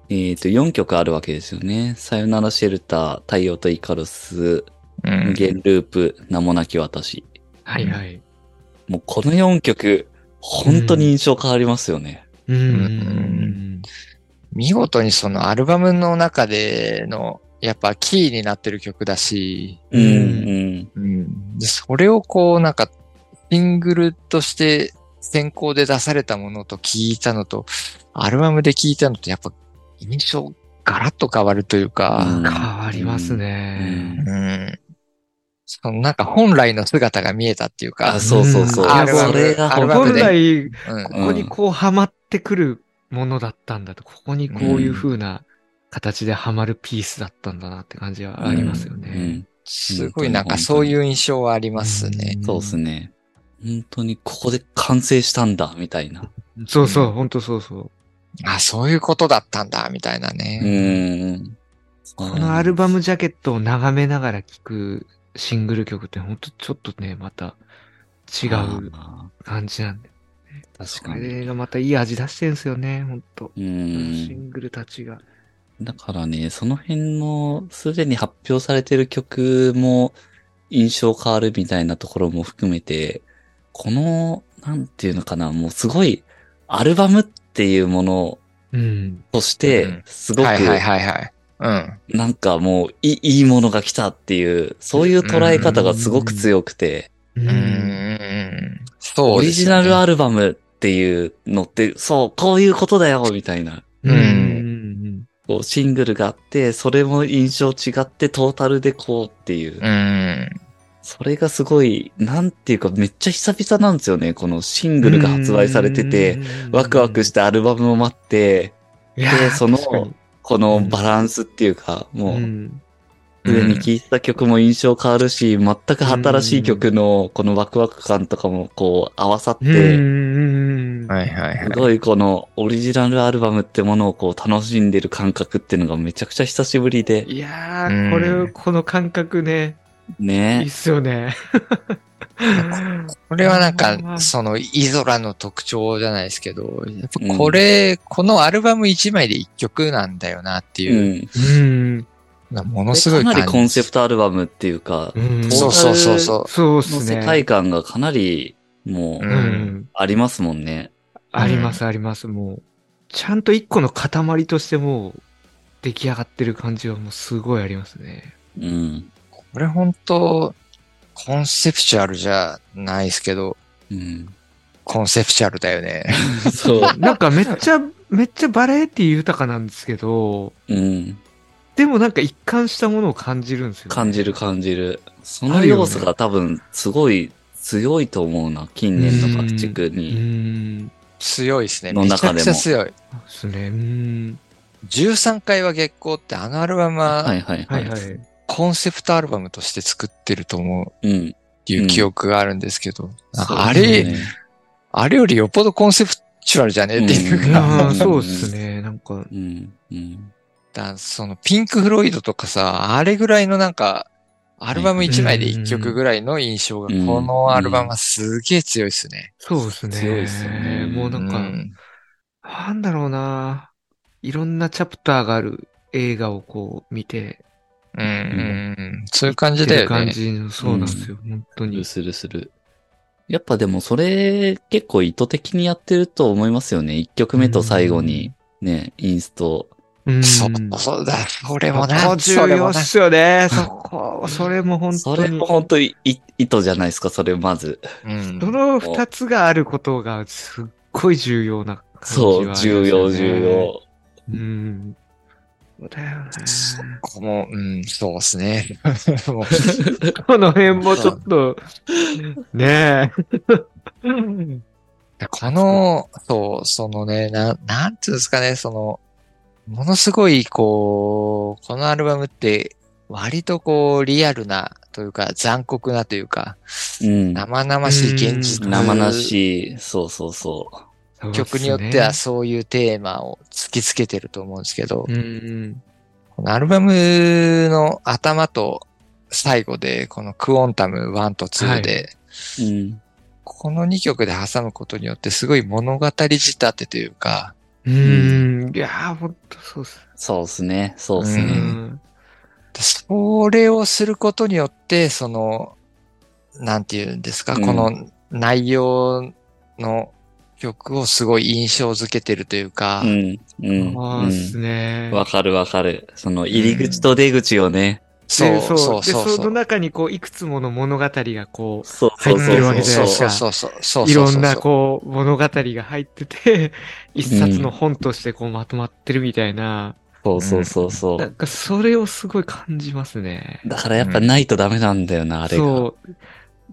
A: えっ、と、4曲あるわけですよね。さよならシェルター、太陽とイカロス、
B: う
A: 無
B: ん。
A: 限ループ、名もなき私。
C: はいはい。
A: もうこの4曲、本当に印象変わりますよね。
C: うん
B: ん見事にそのアルバムの中での、やっぱキーになってる曲だし、
A: うん、
C: ん
A: うん、
B: うん、でそれをこうなんか、シングルとして先行で出されたものと聞いたのと、アルバムで聞いたのとやっぱ印象ガラッと変わるという
A: う
B: か
A: ん、
C: 変わります
A: う
C: ね。
A: ん。
B: うん、そのなんか本来の姿が見えたっていうか
A: あ、、そうそうそう。
B: うん
C: アルバム
A: それが
B: アルバム
A: 本
C: 本
A: 当に。
C: 来、
B: うん
C: ここにこうはまってくるものだったんだと、ここにこういう風な形ではまるピースだったんだなって感じはありますよ
A: う
C: ね。
A: ん、
B: すごいなんかそういう印象はありますね。
A: そうですね。本当にここで完成したんだ、みたいな。
C: そうそう、本当そうそう。
B: あ、そういうことだったんだ、みたいな
A: う
B: ね。
A: ん。
C: このアルバ
A: ム、
C: ムジャケットを眺めながら聴くシングル曲って本当ちょっとね、また違う
A: あ
C: 感じなんで。
A: ー確
C: こ
A: かに。
C: れがまたいい味出してるんですよね、本当
A: う
C: シ
A: ん。
C: ングルたちが。
A: だからね、その辺の、すでに発表されてる曲も、印象変わるみたいなところも含めて、この、なんていうのかな、もうすごい、アルバムっていうもの
C: うん。
A: そし
B: うん
A: て
B: うん、
A: すごく、
B: はいはいはいはい。うん。
A: なんかもういい、いいものが来たっていう、そういう捉え方がすごく強くて、
C: う
B: うん
C: ん。
B: そう
A: オ
B: で
A: リ
B: す
A: ジ
B: よね
A: ナルアルバムっていうのって、そう、こういうことだよ、みたいな。
C: うん。
B: うん
C: うん、
A: こう、シングルがあって、それも印象違って、トータルでこうっていう。
B: うん。
A: それがすごい、なんていうか、めっちゃ久々なんですよね。このシングルが発売されてて、、ワクワクしててアルバムを待って、
C: いや
A: でその
C: 確かに
A: このバランスっていうか、もう、
C: ん
A: すでに聴いた曲も印象変わるし、全く新しい曲のこのワクワク感とかもこう合わさっ
C: うんう
A: て、
C: んうん
B: はいはいはい
A: す。ごいこのオリジナルアルバムってものをこう楽しんでる感覚っていうのがめちゃくちゃ久しぶりで、
C: いや
B: う
C: ー、
B: ん
C: これを、この感覚ね、いいっ
A: ね。
C: すよ
A: *laughs*
C: ね。
B: これはなん
C: あー
B: か、その、イゾラの特徴じゃないですけど、やっぱこれ、このアルバム1枚で1曲なんだよなって
A: う
B: いう、
A: ん。
C: うん。
B: のがものすご
A: か
B: い
A: な
B: 感じ。
A: りコンセプトアルバムっていうか、
C: うん
B: そうそうそうそ
C: そうっ
A: の
C: すね。
A: 世界観がかなりも
C: う
A: うん
C: ん。
A: ありますもんね。
C: ありますあります、もう。ちゃんと一個の塊としてもう出来上がってる感じはもうすごいありますね。
A: うん。
B: う。これ本当コンセプチュアルじゃないですけど、
A: うん。
B: コンセプチュアルだよね。 *laughs*
A: そう。
C: なんかめっちゃ、めっちゃバラエティ豊かなんですけど、
A: うん。
C: でもなんか一貫したものを感じるんですよ、ね。
A: 感
C: じ
A: じる感じる。その要素が多分すごい強いと思うな、近年の爆竹
C: う
A: に。
C: ーん。
B: 強いですね。
A: の
B: めち
A: 中
B: ゃ
A: でも
B: くちゃ強い。
C: そうですね。うーん。
B: 13回は月光ってあのアルバム
A: は
B: はい
A: はいは。
C: はいいはい。
A: *laughs*
B: コンセプトアルバムとして作ってると思うっ
A: うん。
B: ていう記憶があるんですけど、なんかあ
A: そう
B: れ、
A: ですね
B: あれよりよっぽどコンセプチュアルじゃねえっていう
C: い
B: か、
C: やーそうですね。なんか、
A: うん。うん。
B: だそのピンク・フロイドとかさ、あれぐらいのなんか、アルバム1枚で1曲ぐらいの印象が、
A: うん
B: このアルバムはすげえ強いですね。
C: そうですね。
A: 強いっすよね
C: もうなんか、
B: うん
C: なんだろうな。いろんなチャプターがある映画をこう見て、
B: うんうんそういう感じだよ
C: 感
B: ね。
C: じの、そうなんですよ。本当
A: する
C: に。
A: するする。やっぱでもそれ結構意図的にやってると思いますよね。1曲目と最後にね、インスト。
C: うん。
B: そう、そうだ、それも
C: そ
B: な、
C: こ
B: そ
C: 重
B: れ
C: 要
B: も
C: っ
B: な。
C: すよね。そこ、それも本
A: そ
C: 当
A: れ
C: に
A: も。本当にい意図じゃないですか、それまず。
B: うん
C: その二つがあることがすっごい重要な感じはあ
A: そ
C: り
A: う、
C: ます
A: 重
C: よね
A: 要、重。要。
C: うん。そうだよね。
B: そこも、うん、そうですね。 *laughs* もう
C: この辺もちょっと、ねえ。
B: この、そう、そのね、ななんていうんですかね、その、ものすごい、こう、このアルバムって、割とこう、リアルな、というか、残酷なというか、
A: うん。
B: 生々しい現実
C: うん
A: 生々しい。そうそうそ
B: *laughs* 曲によってはそういうテーマを突きつけてると思うんですけど、
C: うん。
B: このアルバムの頭と最後で、このクオンタム1と2で、
A: う。うん。
B: この2曲で挟むことによって、すごい物語仕立てというか、
C: うん。いやー、ほんとそうっす
A: そうですね。そうです
C: ね。
A: ね。
C: うん
B: それをすることによって、その、なんて言うんですか、
A: うん
B: この内容の曲をすごい印象づけてるというか、
A: うん。うん。
C: ああ、っすね
A: うん。わかるわかる。その入り口と出口をね。
B: そ
C: で
B: うそう
C: で
B: そう
C: その中にこう、いくつもの物語がこう、
A: そうそう
C: 入ってるわ
A: そ
C: け
A: う
C: じゃな
A: そ
C: いうです
A: そうん
B: そうそうそうそうそうそうそ
C: か
B: う。
C: いろんなこう、物語が入ってて、 *laughs* 一冊の本としてこうまとまってるみたいな、
A: そうそうそうそ
C: なん
A: う。
C: かそれをすごい感じますね。
A: だからやっぱないとダメなんだよな、あれが。
C: そう。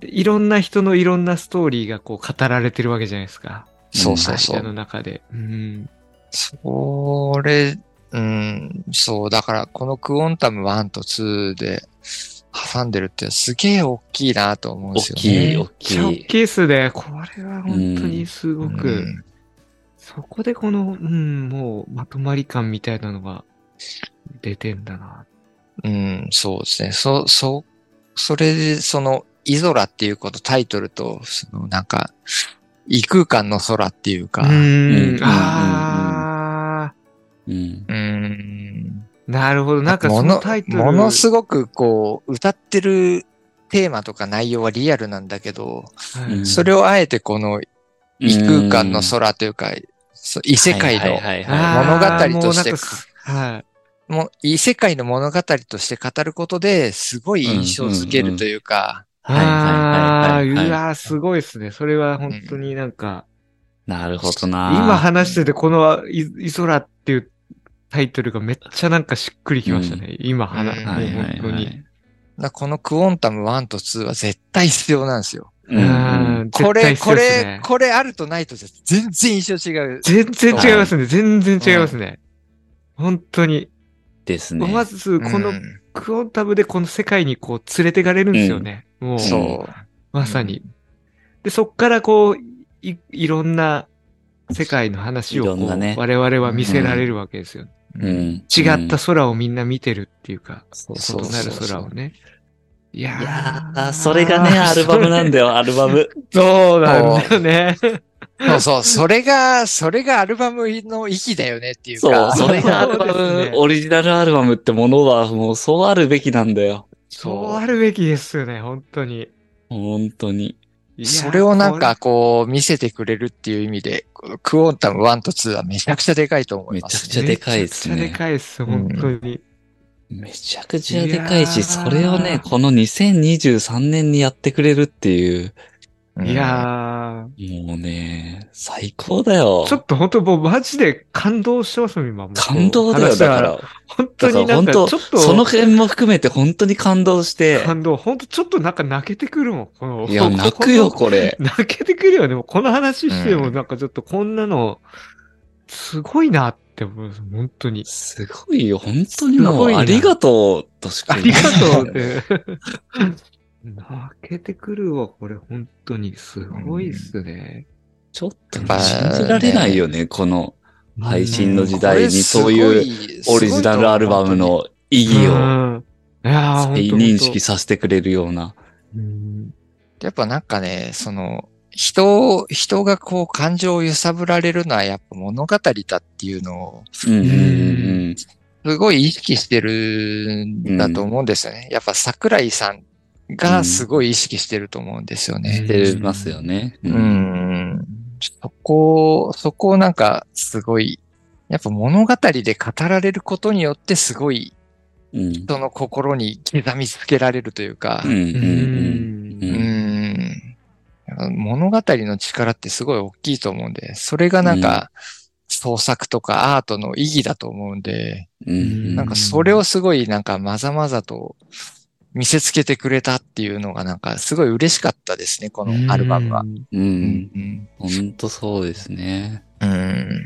C: でいろんな人のいろんなストーリーがこう語られてるわけじゃないですか。
B: そうそうそ
C: 間の
B: う。
C: 中で。うん。
B: それ、うん、そう、だからこのクオンタム1と2で挟んでるってすげえ大きいなと思うんで
A: 大
B: すよ
A: きい、
B: ね。
A: 大
C: めっち
A: き
C: ゃ大
A: い。
C: きいっすね。これは本当にすごく、
B: うん
C: そこでこの、うん、もうまとまり感みたいなのが出てんだな。
B: うん、そうですね。そ、そ、それで、その、イゾラっていうこと、タイトルと、その、なんか、異空間の空っていうか、う
C: う
B: ん
A: うん
C: ん。ああ、
A: うん。
C: なるほど。なんか
B: も
C: そ
B: の
C: のタイトル。
B: ものすごく、こう、歌ってるテーマとか内容はリアルなんだけど、
C: はい
A: うん
B: それをあえてこの異空間の空というか、そう異世界
A: はい
B: の
A: はいはいは
C: あー
B: 物語として
C: もうなんかすはい。
B: もう異世界の物語として語ることですごい印象づけるというか、
A: はい
C: ああ
A: はいはいはいは
C: ー、
A: いう
C: わー、すごいですね。それは本当になんか、
A: い。なるほどな。
C: 今話してて、このい、いそらっていうタイトルがめっちゃなんかしっくりきましたね。今話、
B: うん
C: もう
A: はいはい
C: 本当
A: は
C: に。
A: い。
B: なこのクオンタム1と2は絶対必要なんですよ。
A: うんうん
C: うん
B: これ、
C: 絶
B: こ
C: 対必要です
B: れ
C: ね、
B: これあるとないとじゃ全然印象違う。
C: 全然違いますね。全然違いますね。本当に。
A: ですね。
C: まず、この
B: うん
C: クオンタムでこの世界にこう連れてかれるんですよね。もう、
B: そう。
C: まさに。で、そっからこう、いいろんな世界の話
A: い
C: を
A: ろん
C: こ
A: な
C: う、
A: ね
C: 我々は見せられるわけですよね。
A: う。ん。
C: 違った
A: うん
C: 空をみんな見てるっていうか、
B: そう
C: 異
B: そう
C: なる
B: そう
C: 空をね。いや
A: いや
C: ー
A: ー、それが
C: *laughs*
A: ね、アルバムなんだよ、アルバム。
C: そうなんだよね。
B: そうそう。それが、それがアルバムの域だよねっていう
A: そう
B: か、、
A: それがアルバ
C: そうです
A: ム、
C: ね
A: オリジナルアルバムってものは、もうそうあるべきなんだよ。
C: そうあるべきですよね、本当に。
A: 本当に。
C: いやー
B: それをなんか、こう見せてくれるっていう意味で、このクオンタム1と2はめちゃくちゃでかいと思います
A: め。ちゃでかいっすね
C: めちゃくちゃでかいです、本当に。
A: めちゃくちゃでかい
C: い
A: し、
C: やー
A: それをね、この2023年にやってくれるっていう、
B: うん
C: いや
A: もうね、最高だよ
C: ー、ち。ょっと本当もうマジで感動してますもん、今もう。
A: 感動だ
C: 話
A: よ、
C: しな
A: だ
C: が。
A: からら。
C: 本当になん
A: だ
C: か、
A: から
C: ちょ
A: 本
C: っ
A: 当
C: と、
A: その辺も含めて本当に感動して、
C: 感動、本当ちょっとなんか泣けてくるもん、この。
A: いや、泣くよ、
C: こ
A: これ。
C: の。泣けてくるよね、もうこの話して
B: う
C: も
B: ん
C: なんかちょっとこんなの、すごいなって思うんです、本当に。
A: すごいよ、本当にも
C: すご
A: う、
C: いな
A: ありがとう、とし
C: あ
A: か言
C: り
A: えない
C: がとうって。 *laughs* 泣けてくるわ、これ、本当に。すごいっすね。
A: ちょっとね
B: やっぱ
A: 信じられないよね、この配信の時代にそう
B: これ
A: いう
B: すごい
A: オリジナルアルバムの意義を。
C: を。いやー、
A: 再
C: 本当
A: 認識させてくれるような。
C: うん
B: やっぱなんかね、その、人を、人がこう感情を揺さぶられるのはやっぱ物語だっていうのを、
A: うんうんうん
B: すごい意識してるんだと思うんですよね。やっぱ桜井さんがすごい意識してると思うんですよ
A: うん。
B: ね。
A: してますよね。う
B: う。ん。そこ、そこをなんかすごい、やっぱ物語で語られることによってすごい
A: うん。
B: 人の心に刻みつけられるというか
A: うんう、んうん。
B: う
A: うん
B: ん。物語の力ってすごい大きいと思うんで、それがなんか創作とかアートの意義だと思うんで、
A: うん。
B: なんかそれをすごいなんかまざまざと見せつけてくれたっていうのがなんかすごい嬉しかったですね、このアルバムは。。
A: う。
B: うんん。
A: ほんとそうですね。
B: うん。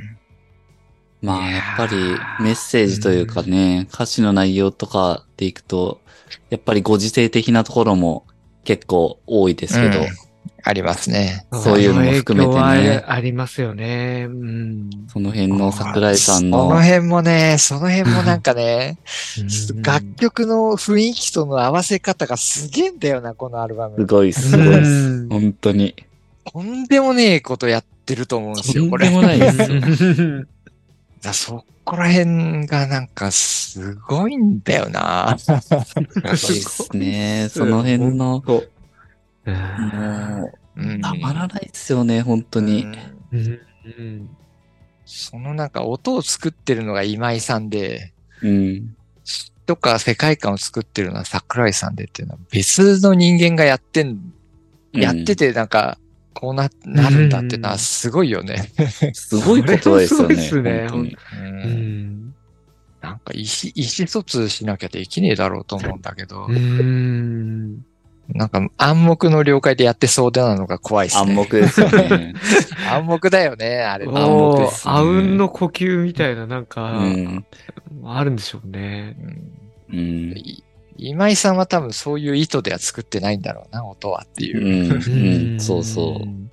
A: まあ、
C: い
A: や
C: や
A: っ
C: ー
A: ぱりメッセージというかね、歌詞の内容とかでいくと、やっぱりご時世的なところも結構多いですけど、
B: うんありますね。
A: そういうのも含めてね
C: その影響はありますよね。うん。
A: その辺の桜井さん
B: そ
A: の
B: の、辺もね、その辺もなんかね、楽
C: うん
B: 曲の雰囲気との合わせ方がすげえんだよな、このアルバ
A: す
B: ム。
A: ごい、すごいっす。
C: うん
A: 本当に。
B: とんでもねえことやってると思うんです
A: と
B: よ、
A: ん
B: こ
A: で
B: れ。
A: もないですよ。
C: うん
B: だそこら辺がなんかすごいんだよな。
A: すごいっすね。その辺の、も
C: そう
A: う
B: うん
A: たまらないですよね、本当に
B: う。ん
C: うん
B: そのなんか音を作ってるのが今井さんで、
A: うん。
B: とか世界観を作ってるのは桜井さんでっていうのは別の人間がやってん、やっててなんかこうな、なるんだっていうのはすごいよね。
A: すごいことですよね。
C: それはすごいっす
A: 本
C: ね
A: 当に
C: うん
B: なんか意思、意思疎通しなきゃできねえだろうと思うんだけど
C: う、ん
B: なんか暗黙の了解でやってそうでなのが怖いっすね。
A: 暗黙ですよね。
B: 暗黙だよね、あれ。
A: う暗黙
C: お
A: です
C: ー
A: ね
C: あうんの呼吸みたいな、なん
A: う
C: か、
A: ん。
C: あるんでしょうね。
B: うん
A: うん。
B: い今井さんは多分そういう意図では作ってないんだろうな、音はっていうう。
A: ん。うんそうそう。
C: う。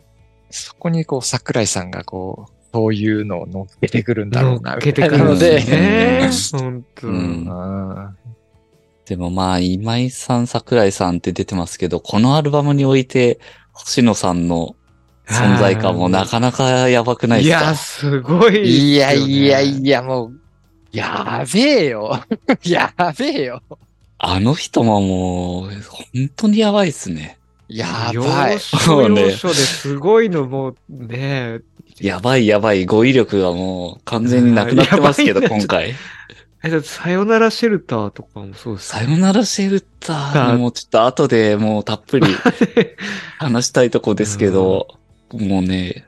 B: そこにこう桜井さんがこう、そういうのを乗っけてくるんだろうな、
C: 乗っ
B: み
C: け
B: た
C: て
B: い
C: く
B: な
C: る
B: の
C: んで
B: で。
C: すね。本当。
A: うん
B: うん
A: でもまあ、今井さん、桜井さんって出てますけど、このアルバムにおいて、星野さんの存在感もなかなかやばくない
C: い
A: です
C: や、
A: か
C: すごいっすよね。
B: いやいやいや、もう、やべえよ。 *laughs* やべえよ。
A: あの人ももう、本当にやばいっすね。
B: やばい
C: 要。所要所ですごいのもうね、
A: やばいやばい、語彙力がもう完全になくなってますけど、
C: うんやばい
A: 今
C: ね
A: 回。
C: え、だってさよならシェルターとかもそうです
A: さよならシェルター、もうちょっと後でもうたっぷ
C: *laughs*
A: り話したいとこですけど、もうね、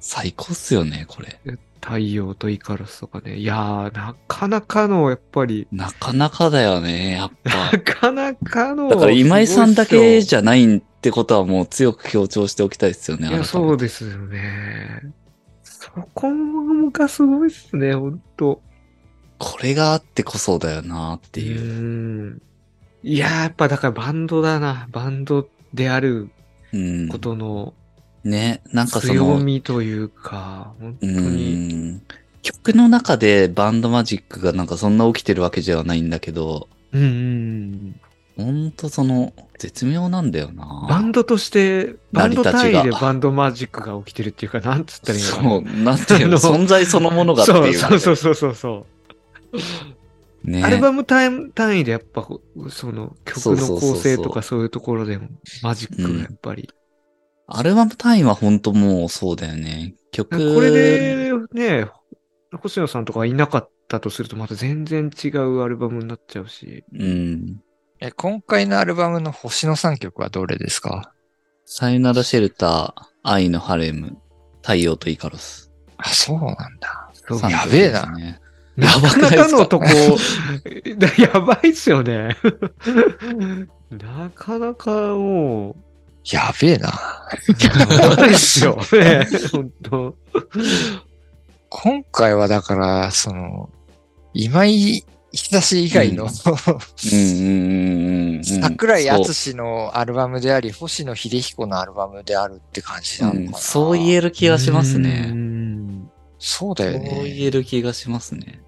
A: 最高っすよね、これ。
C: 太陽とイカロスとかね。いやー、なかなかの、やっぱり、
A: なかなかだよね、やっ
C: *laughs*
A: ぱ。
C: なかなかの。
A: だから今井さんだけじ
C: ゃ
A: ゃないってことはもう強く強調しておきたいですよね、
C: い
A: 改め
C: や、
A: て
C: そうですよね。そこもがすごいっすね、ほんと。
A: これがあってこそだよなっていうう。
C: んいやー、やっぱだからバンドだな。バンドである
A: うん
C: こ。との
A: ね、なんかその、
C: 強みというか、本当
A: う
C: に。
A: ん。曲の中でバンドマジックがなんかそんな起きてるわけではないんだけど、
C: うんうん
A: ほんとその、絶妙なんだよ
C: う。
A: なん
C: バンドとして、バンド単
A: 成り
C: 位
A: 立
C: で
A: ちが
C: バンドマジックが起きてるっていうか、なんつったらいいのかな
A: そう、なんていうの、
C: あの
A: 存在そのものがって
C: そう
A: いうか
C: そう
A: ね。
C: そうそうそうそう。
A: ね。
C: アルバム単単位でやっぱこうその
A: そう
C: 曲
A: そう
C: の
A: そうそう
C: 構成とかそういうところでもマジックがやっぱり。
A: アルバム単位はほんともうそうだよね。曲、
C: これでね、星野さんとかがいなかったとするとまた全然違うアルバムになっちゃうし。
A: うん。
B: え、今回のアルバムの星の3曲はどれですか
A: さよならシェルター、愛のハレム、太陽とイカロス。
B: あ、そうなんだ。
C: そう
A: 三曲
B: やべえな
A: ですね。
C: な
A: やば
C: か
A: くな
C: ない
A: ですか
C: かのとこ、 *laughs* やばいっすよね。なかなかもう、
B: やべえな。
C: やばいっすよ。 *laughs* ね、本当
B: 今回はだから、その、今井久志以外の、
A: うんうんうんうんうんうん。
B: 桜井
A: そう
B: 敦のアルバムであり、星野秀彦のアルバムであるって感じなのか
A: うん
B: な。
A: そう言える気がします
C: う
A: ね。
C: ん
B: そうだ
A: そう
B: よね。
A: 言える気がしますね。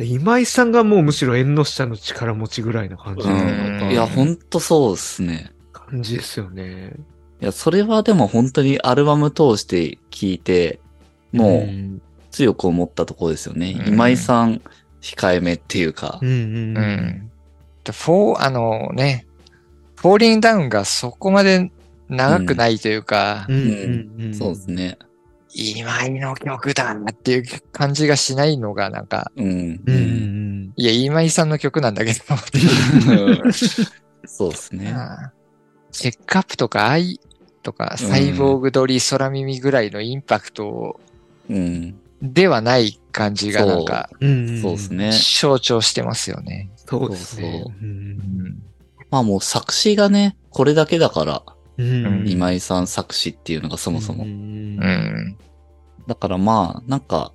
C: 今井さんがもうむしろ縁の下の力持ちぐらいな感じ
A: う
C: の、
A: ん。いや、ほんとそうですね。
C: 感じですよね。
A: いや、それはでも本当にアルバム通して聞いて、もう
C: うん
A: 強く思ったところですよね。
B: うん
A: 今井さん控えめっていうか
C: う、ん
B: う
C: うん
B: ん。でフォー、あのね、フォーリングダウンがそこまで長くないというか、
C: うんうんうん
A: そうですね。
B: 今井の曲だなっていう感じがしないのが、なんか、
A: うん。
C: うんうん
B: いや、今井さんの曲なんだけど、
A: うん *laughs* そうです
B: *laughs*
A: ね。
B: ああチェックアップとか、愛とか、サイボーグ撮り、空耳ぐらいのインパクト
A: うん。
B: ではない感じが、なんか、
C: うんん
A: そうです。ね。
B: 象徴してますよね。
C: そうですね。うん
A: まあもう作詞がね、これだけだから、
C: うん
B: 今
A: 今井さん作詞っていうのがそもそも
C: う。ん
B: うん。うん。
A: だからまあ、なんか、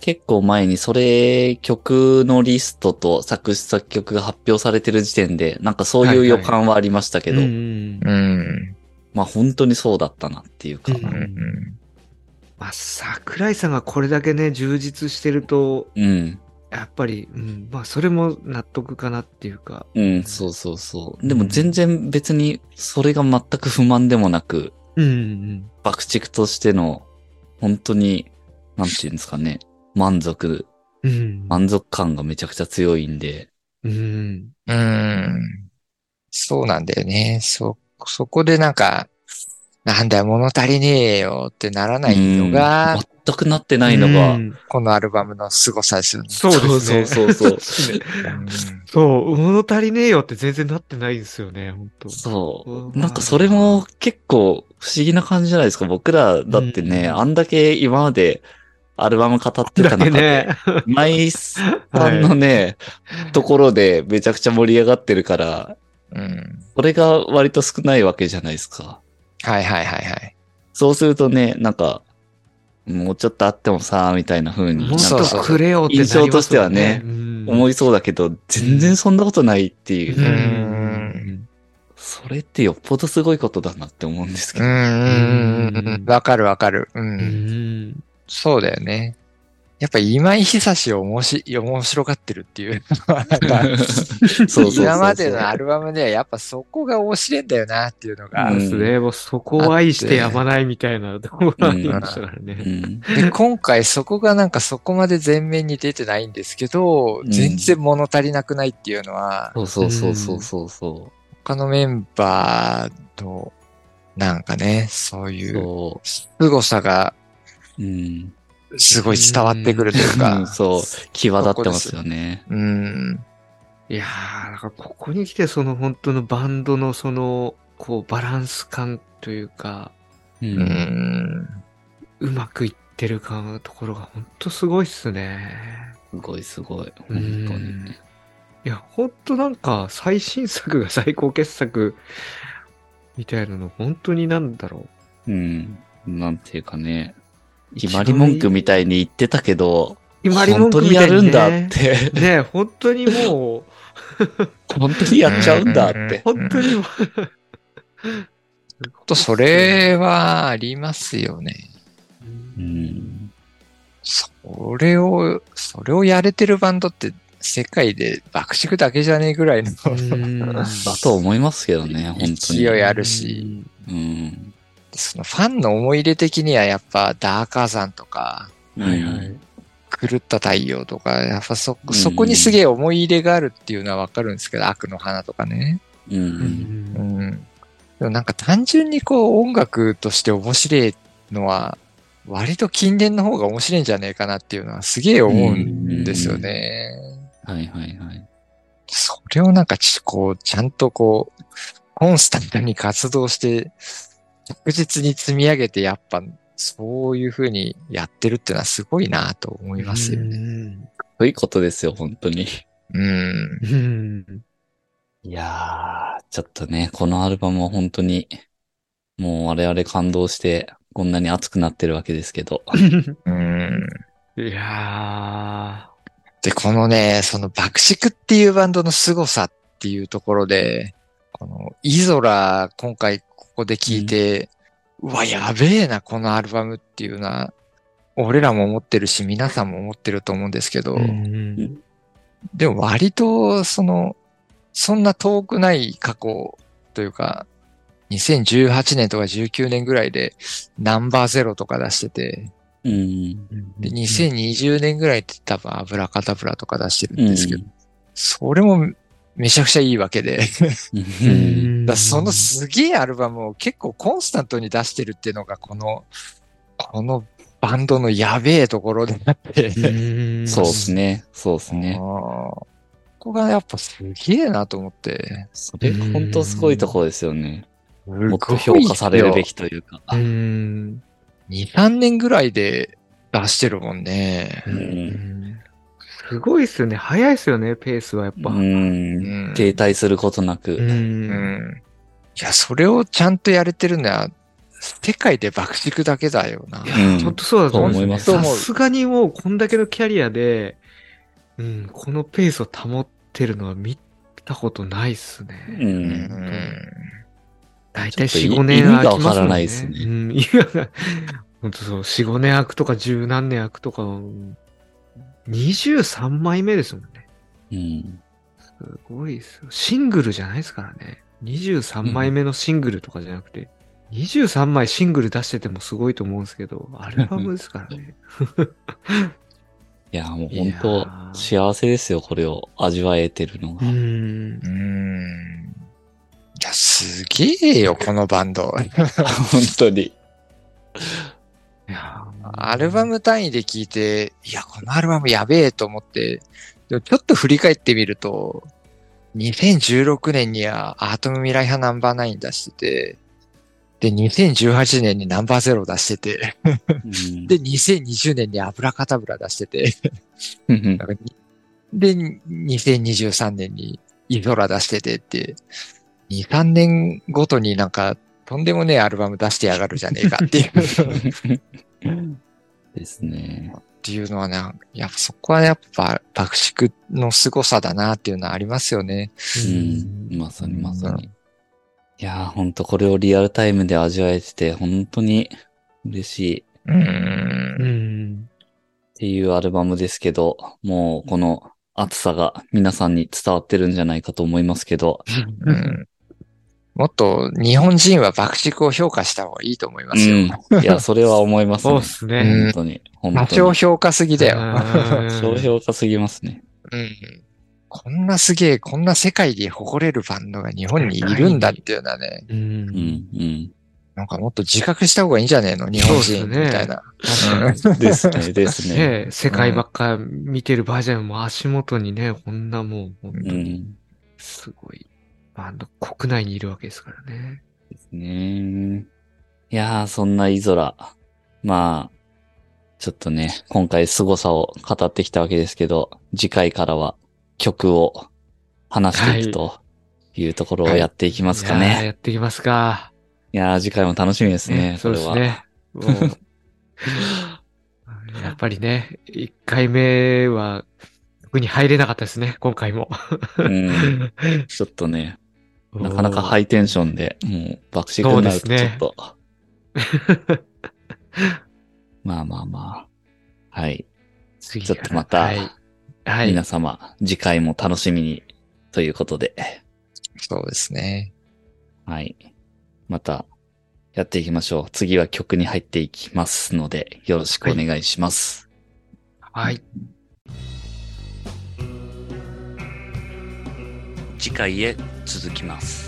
A: 結構前にそれ曲のリストと作詞作曲が発表されてる時点で、なんかそういう予感はありましたけど、
C: うんうん
B: うん。
A: まあ本当にそうだったなっていうか。
C: う
B: うんん。
C: まあ、桜井さんがこれだけね、充実してると、
A: うん。
C: やっぱり、うん、まあ、それも納得かなっていうか。
A: うん、そうそうそう。でも全然別にそれが全く不満でもなく、
C: うん
A: 爆竹としての、本当に、なんていうんですかね、満足、
C: うんうん。
A: 満足感がめちゃくちゃ強いんで、
C: うん。
B: うん。そうなんだよね。そ、そこでなんか、なんだよ、物足りねえよってならないのが
A: うん、全くなってないのが
C: う、ん
B: このアルバムの凄さですよね。
C: そうですね。
A: そうそう
C: そ
A: そうう
C: *laughs* そう、物足りねえよって全然なってないんですよね、本当
A: そう。
C: うん
A: なんかそれも結構不思議な感じじゃないですか。僕らだってね、
C: うん
A: あんだけ今までアルバム語ってた
C: だけ
A: 中で、
C: ね。
A: マイスさんのね、ところでめちゃくちゃ盛り上がってるから、
B: うん。うん
A: これが割と少ないわけじゃないですか。
B: はいはいはいはい。
A: そうするとね、なんか、もうちょっとあってもさ、みたいな風に、なん
C: もっ
B: そうそ
A: か
C: と
B: う
C: くれよってなります
A: 印象としてはね
C: もん
A: 思いそうだけど、全然そんなことないっていうう、
B: ん
C: ん。
A: それってよっぽどすごいことだなって思うんですけ
B: う
A: ど。
B: んうんうん
C: う
B: うんん。わかるわかる。う。
C: うんん。
B: そうだよね。やっぱ今井久志を面白面白がってるっていう。
A: *laughs* そうそうそうそう
B: 今までのアルバムではやっぱそこが面白いんだよなっていうのが。
C: そうですね。もうそこを愛してやまないみたいなところありましたから
A: う
C: ね。
A: ん
B: で今回そこがなんかそこまで前面に出てないんですけど、
A: ん
B: 全然物足りなくないっていうのは、
A: そうそうそうそうそうそ
B: 他のメンバーとなんかね、そう
A: う。
B: いう
A: そ
B: 凄さが
A: うん。
B: すごい伝わってくるという
A: う
B: か
A: ん、そう、際立ってますよね。
B: うん。
C: いやー、なんかここに来てその本当のバンドのその、こうバランス感というか、
A: う。
B: うんん。
C: うまくいってる感のところが本当すごいっすね。
A: すごいすごい。本当
C: う
A: に。
C: ん。いや、本当なんか最新作が最高傑作みたいなの、本当になんだろ
A: うん。なんていうかね、決まり文句みたいに言ってたけど、
C: う。今リモンク
A: 本当
C: み
A: に
C: た
A: や
C: い
A: る
C: に
A: ん
C: ね
A: だって、
C: ね本当にもう、
A: 本当にやっちゃうんだって。
C: 本当にもう。
B: と、それはありますよね。
A: うん。
B: それを、それをやれてるバンドって、世界で爆竹だけじゃねえぐらいの
C: うん
A: だと思いますけどね、本当に。
B: 勢いあるし、
A: うん。
B: そのファンの思い入れ的にはやっぱダーカーさんとか、
C: はいはい。
B: 狂った太陽とか、やっぱそ、そこにすげえ思い入れがあるっていうのはわかるんですけど、悪の花とかね。
A: うん。う
C: うん
B: うんん。でもなんか単純にこう音楽として面白いのは、割と近年の方が面白いんじゃねえかなっていうのはすげえ思うんですよね。
A: はいはいはい。
B: それをなんかち、こう、ちゃんとこう、コンスタントに活動して、着実に積み上げて、やっぱ、そういうふうにやってるってのはすごいなと思いますよね。
A: ということですよ、本当に。
B: うん。
C: うん。
A: いやー、ちょっとね、このアルバムは本当に、もう我々感動して、こんなに熱くなってるわけですけど。
B: うん。
C: いや
B: で、このね、その爆竹っていうバンドの凄さっていうところで、この、イゾラ、今回ここで聞いて、うわ、やべえな、このアルバムっていうのは、俺らも思ってるし、皆さんも思ってると思うんですけど、
C: ー。うん
B: でも割と、その、そんな遠くない過去というか、2018年とか19年ぐらいでナンバーゼロとか出してて、
A: うん。
B: で、2020年ぐらいって多分油ブラカタブラとか出してるんですけど、
A: う。
B: それもめちゃくちゃいいわけで、
C: うんん
B: だからそのすげえアルバムを結構コンスタントに出してるっていうのがこの、このバンドのやべえところでなって、
C: う
A: *laughs*
C: ん
A: そうですね。そうですね。
B: あーここがやっぱすげえなと思って、
A: それ本当すごいところですよね。
B: も
A: もっと評価されるべき。というか。
C: うん。
B: 2、3年ぐらいで出してるもんね。
A: ん
C: すごいっすよね。早いっすよね、ペースはやっぱ。。
A: う。
B: うんん。
A: 停滞することなく。
B: うんん。いや、それをちゃんとやれてるのは、世界で爆竹だけだよ
A: う
B: な。
A: ん
C: 本当そうだと思
A: そう思
C: い
A: い
C: ま。
A: ますす
C: さすがにもうこんだけのキャリアで、うん、このペースを保ってるのは見たことないっす
A: う。
C: ね。
B: うんん。
C: だいたい
A: ちょっ
C: 4、
A: と
C: 5年空
A: 意味
C: きま
A: がわ
C: す
A: か
C: もんね。
A: らないっすね
C: うん、意味がない。本当そう、4、5年空くとか10何年空くとか、うん23枚目ですもんね。
A: うん。
C: すごいですよ。シングルじゃないですからね。23枚目のシングルとかじゃなくて、23枚シングル出しててもすごいと思うんですけど、アルバムですからね。
A: いや、もう
C: いや
A: *laughs* 本
C: ー
A: 当幸せですよ、これを味わえてるの
C: う
A: *laughs* が。
C: ーん
B: う。ん。いや、すげえよ、このバンド。
A: 本当
C: *laughs*
A: に。
C: いやー
B: アルバム単位で聞いて、いや、このアルバムやべえと思って、でもちょっと振り返ってみると、2016年にはアートム未来派ナンバーナイン出してて、で、2018年にナンバーゼロ出してて、
A: うん
B: で、2020年にアブラカタブラ出してて、 *laughs*
A: うん
B: なんかにで、2023年にイゾラ出しててって、2、3年ごとになんか、とんでもねえアルバム出してやがるじゃねえかっていう。
A: *laughs* ですね。
B: っていうのはね、やっぱそこはやっぱ爆竹の凄さだなっていうのはありますよね。
A: うん。まさにまさに。いやー、ほんとこれをリアルタイムで味わえてて、本当に嬉しい。
B: う。
C: うんん。
A: っていうアルバムですけど、もうこの熱さが皆さんに伝わってるんじゃないかと思いますけど。
B: うん、もっと日本人は爆竹を評価した方がいいと思いますよ。
A: うん。いや、それは思います
C: そう
A: ね
C: っ。す
B: うん
C: ね。
A: 本当に。本
B: 多
A: 当
B: 少
A: に。
B: 評価すぎだよ。
C: よ
A: 商標化すぎますね。
B: うん。こんなすげえ、こんな世界に誇れるバンドが日本にいるんだっていうのはね、
C: う。
A: うんん、うん。
B: なんかもっと自覚した方がいいんじゃねえの日本人
C: そう
B: み
C: ですね
B: たいな。
A: ですね、ですね。 *laughs*
C: ねえ、世界ばっか見てる場合じゃない、もう足元にね、こんなもう、本当
A: う
C: に、
A: ん。
C: すごい、まああの、国内にいるわけですからね。
A: ですね。いやー、そんなイゾラ。まあ、ちょっとね、今回凄さを語ってきたわけですけど、次回からは曲を話していくというところをやっていきますかね。
C: い
A: い
C: やーやっていきますか。
A: やー、次回も楽しみですね、
C: そうです
A: *laughs*
C: ね。もうやっぱりね、1回目は、特に入れなかったですね、今回も。
A: これは。
C: *laughs*
A: うん。ちょっとね、なかなかハ
C: い。
A: イテンションで、もう爆死になると
C: そうで
A: ち
C: す
A: ょ
C: ね
A: っと。 *laughs* まあまあまあ。はい。
C: 次
A: ちょっとまた
C: はい。はい
A: 皆様、次回も楽しみに、ということで、
B: そうですね。
A: はい。また、やっていきましょう。次は曲に入っていきますので、よろしくお願いします。
C: はい。
A: 次回へ続きます。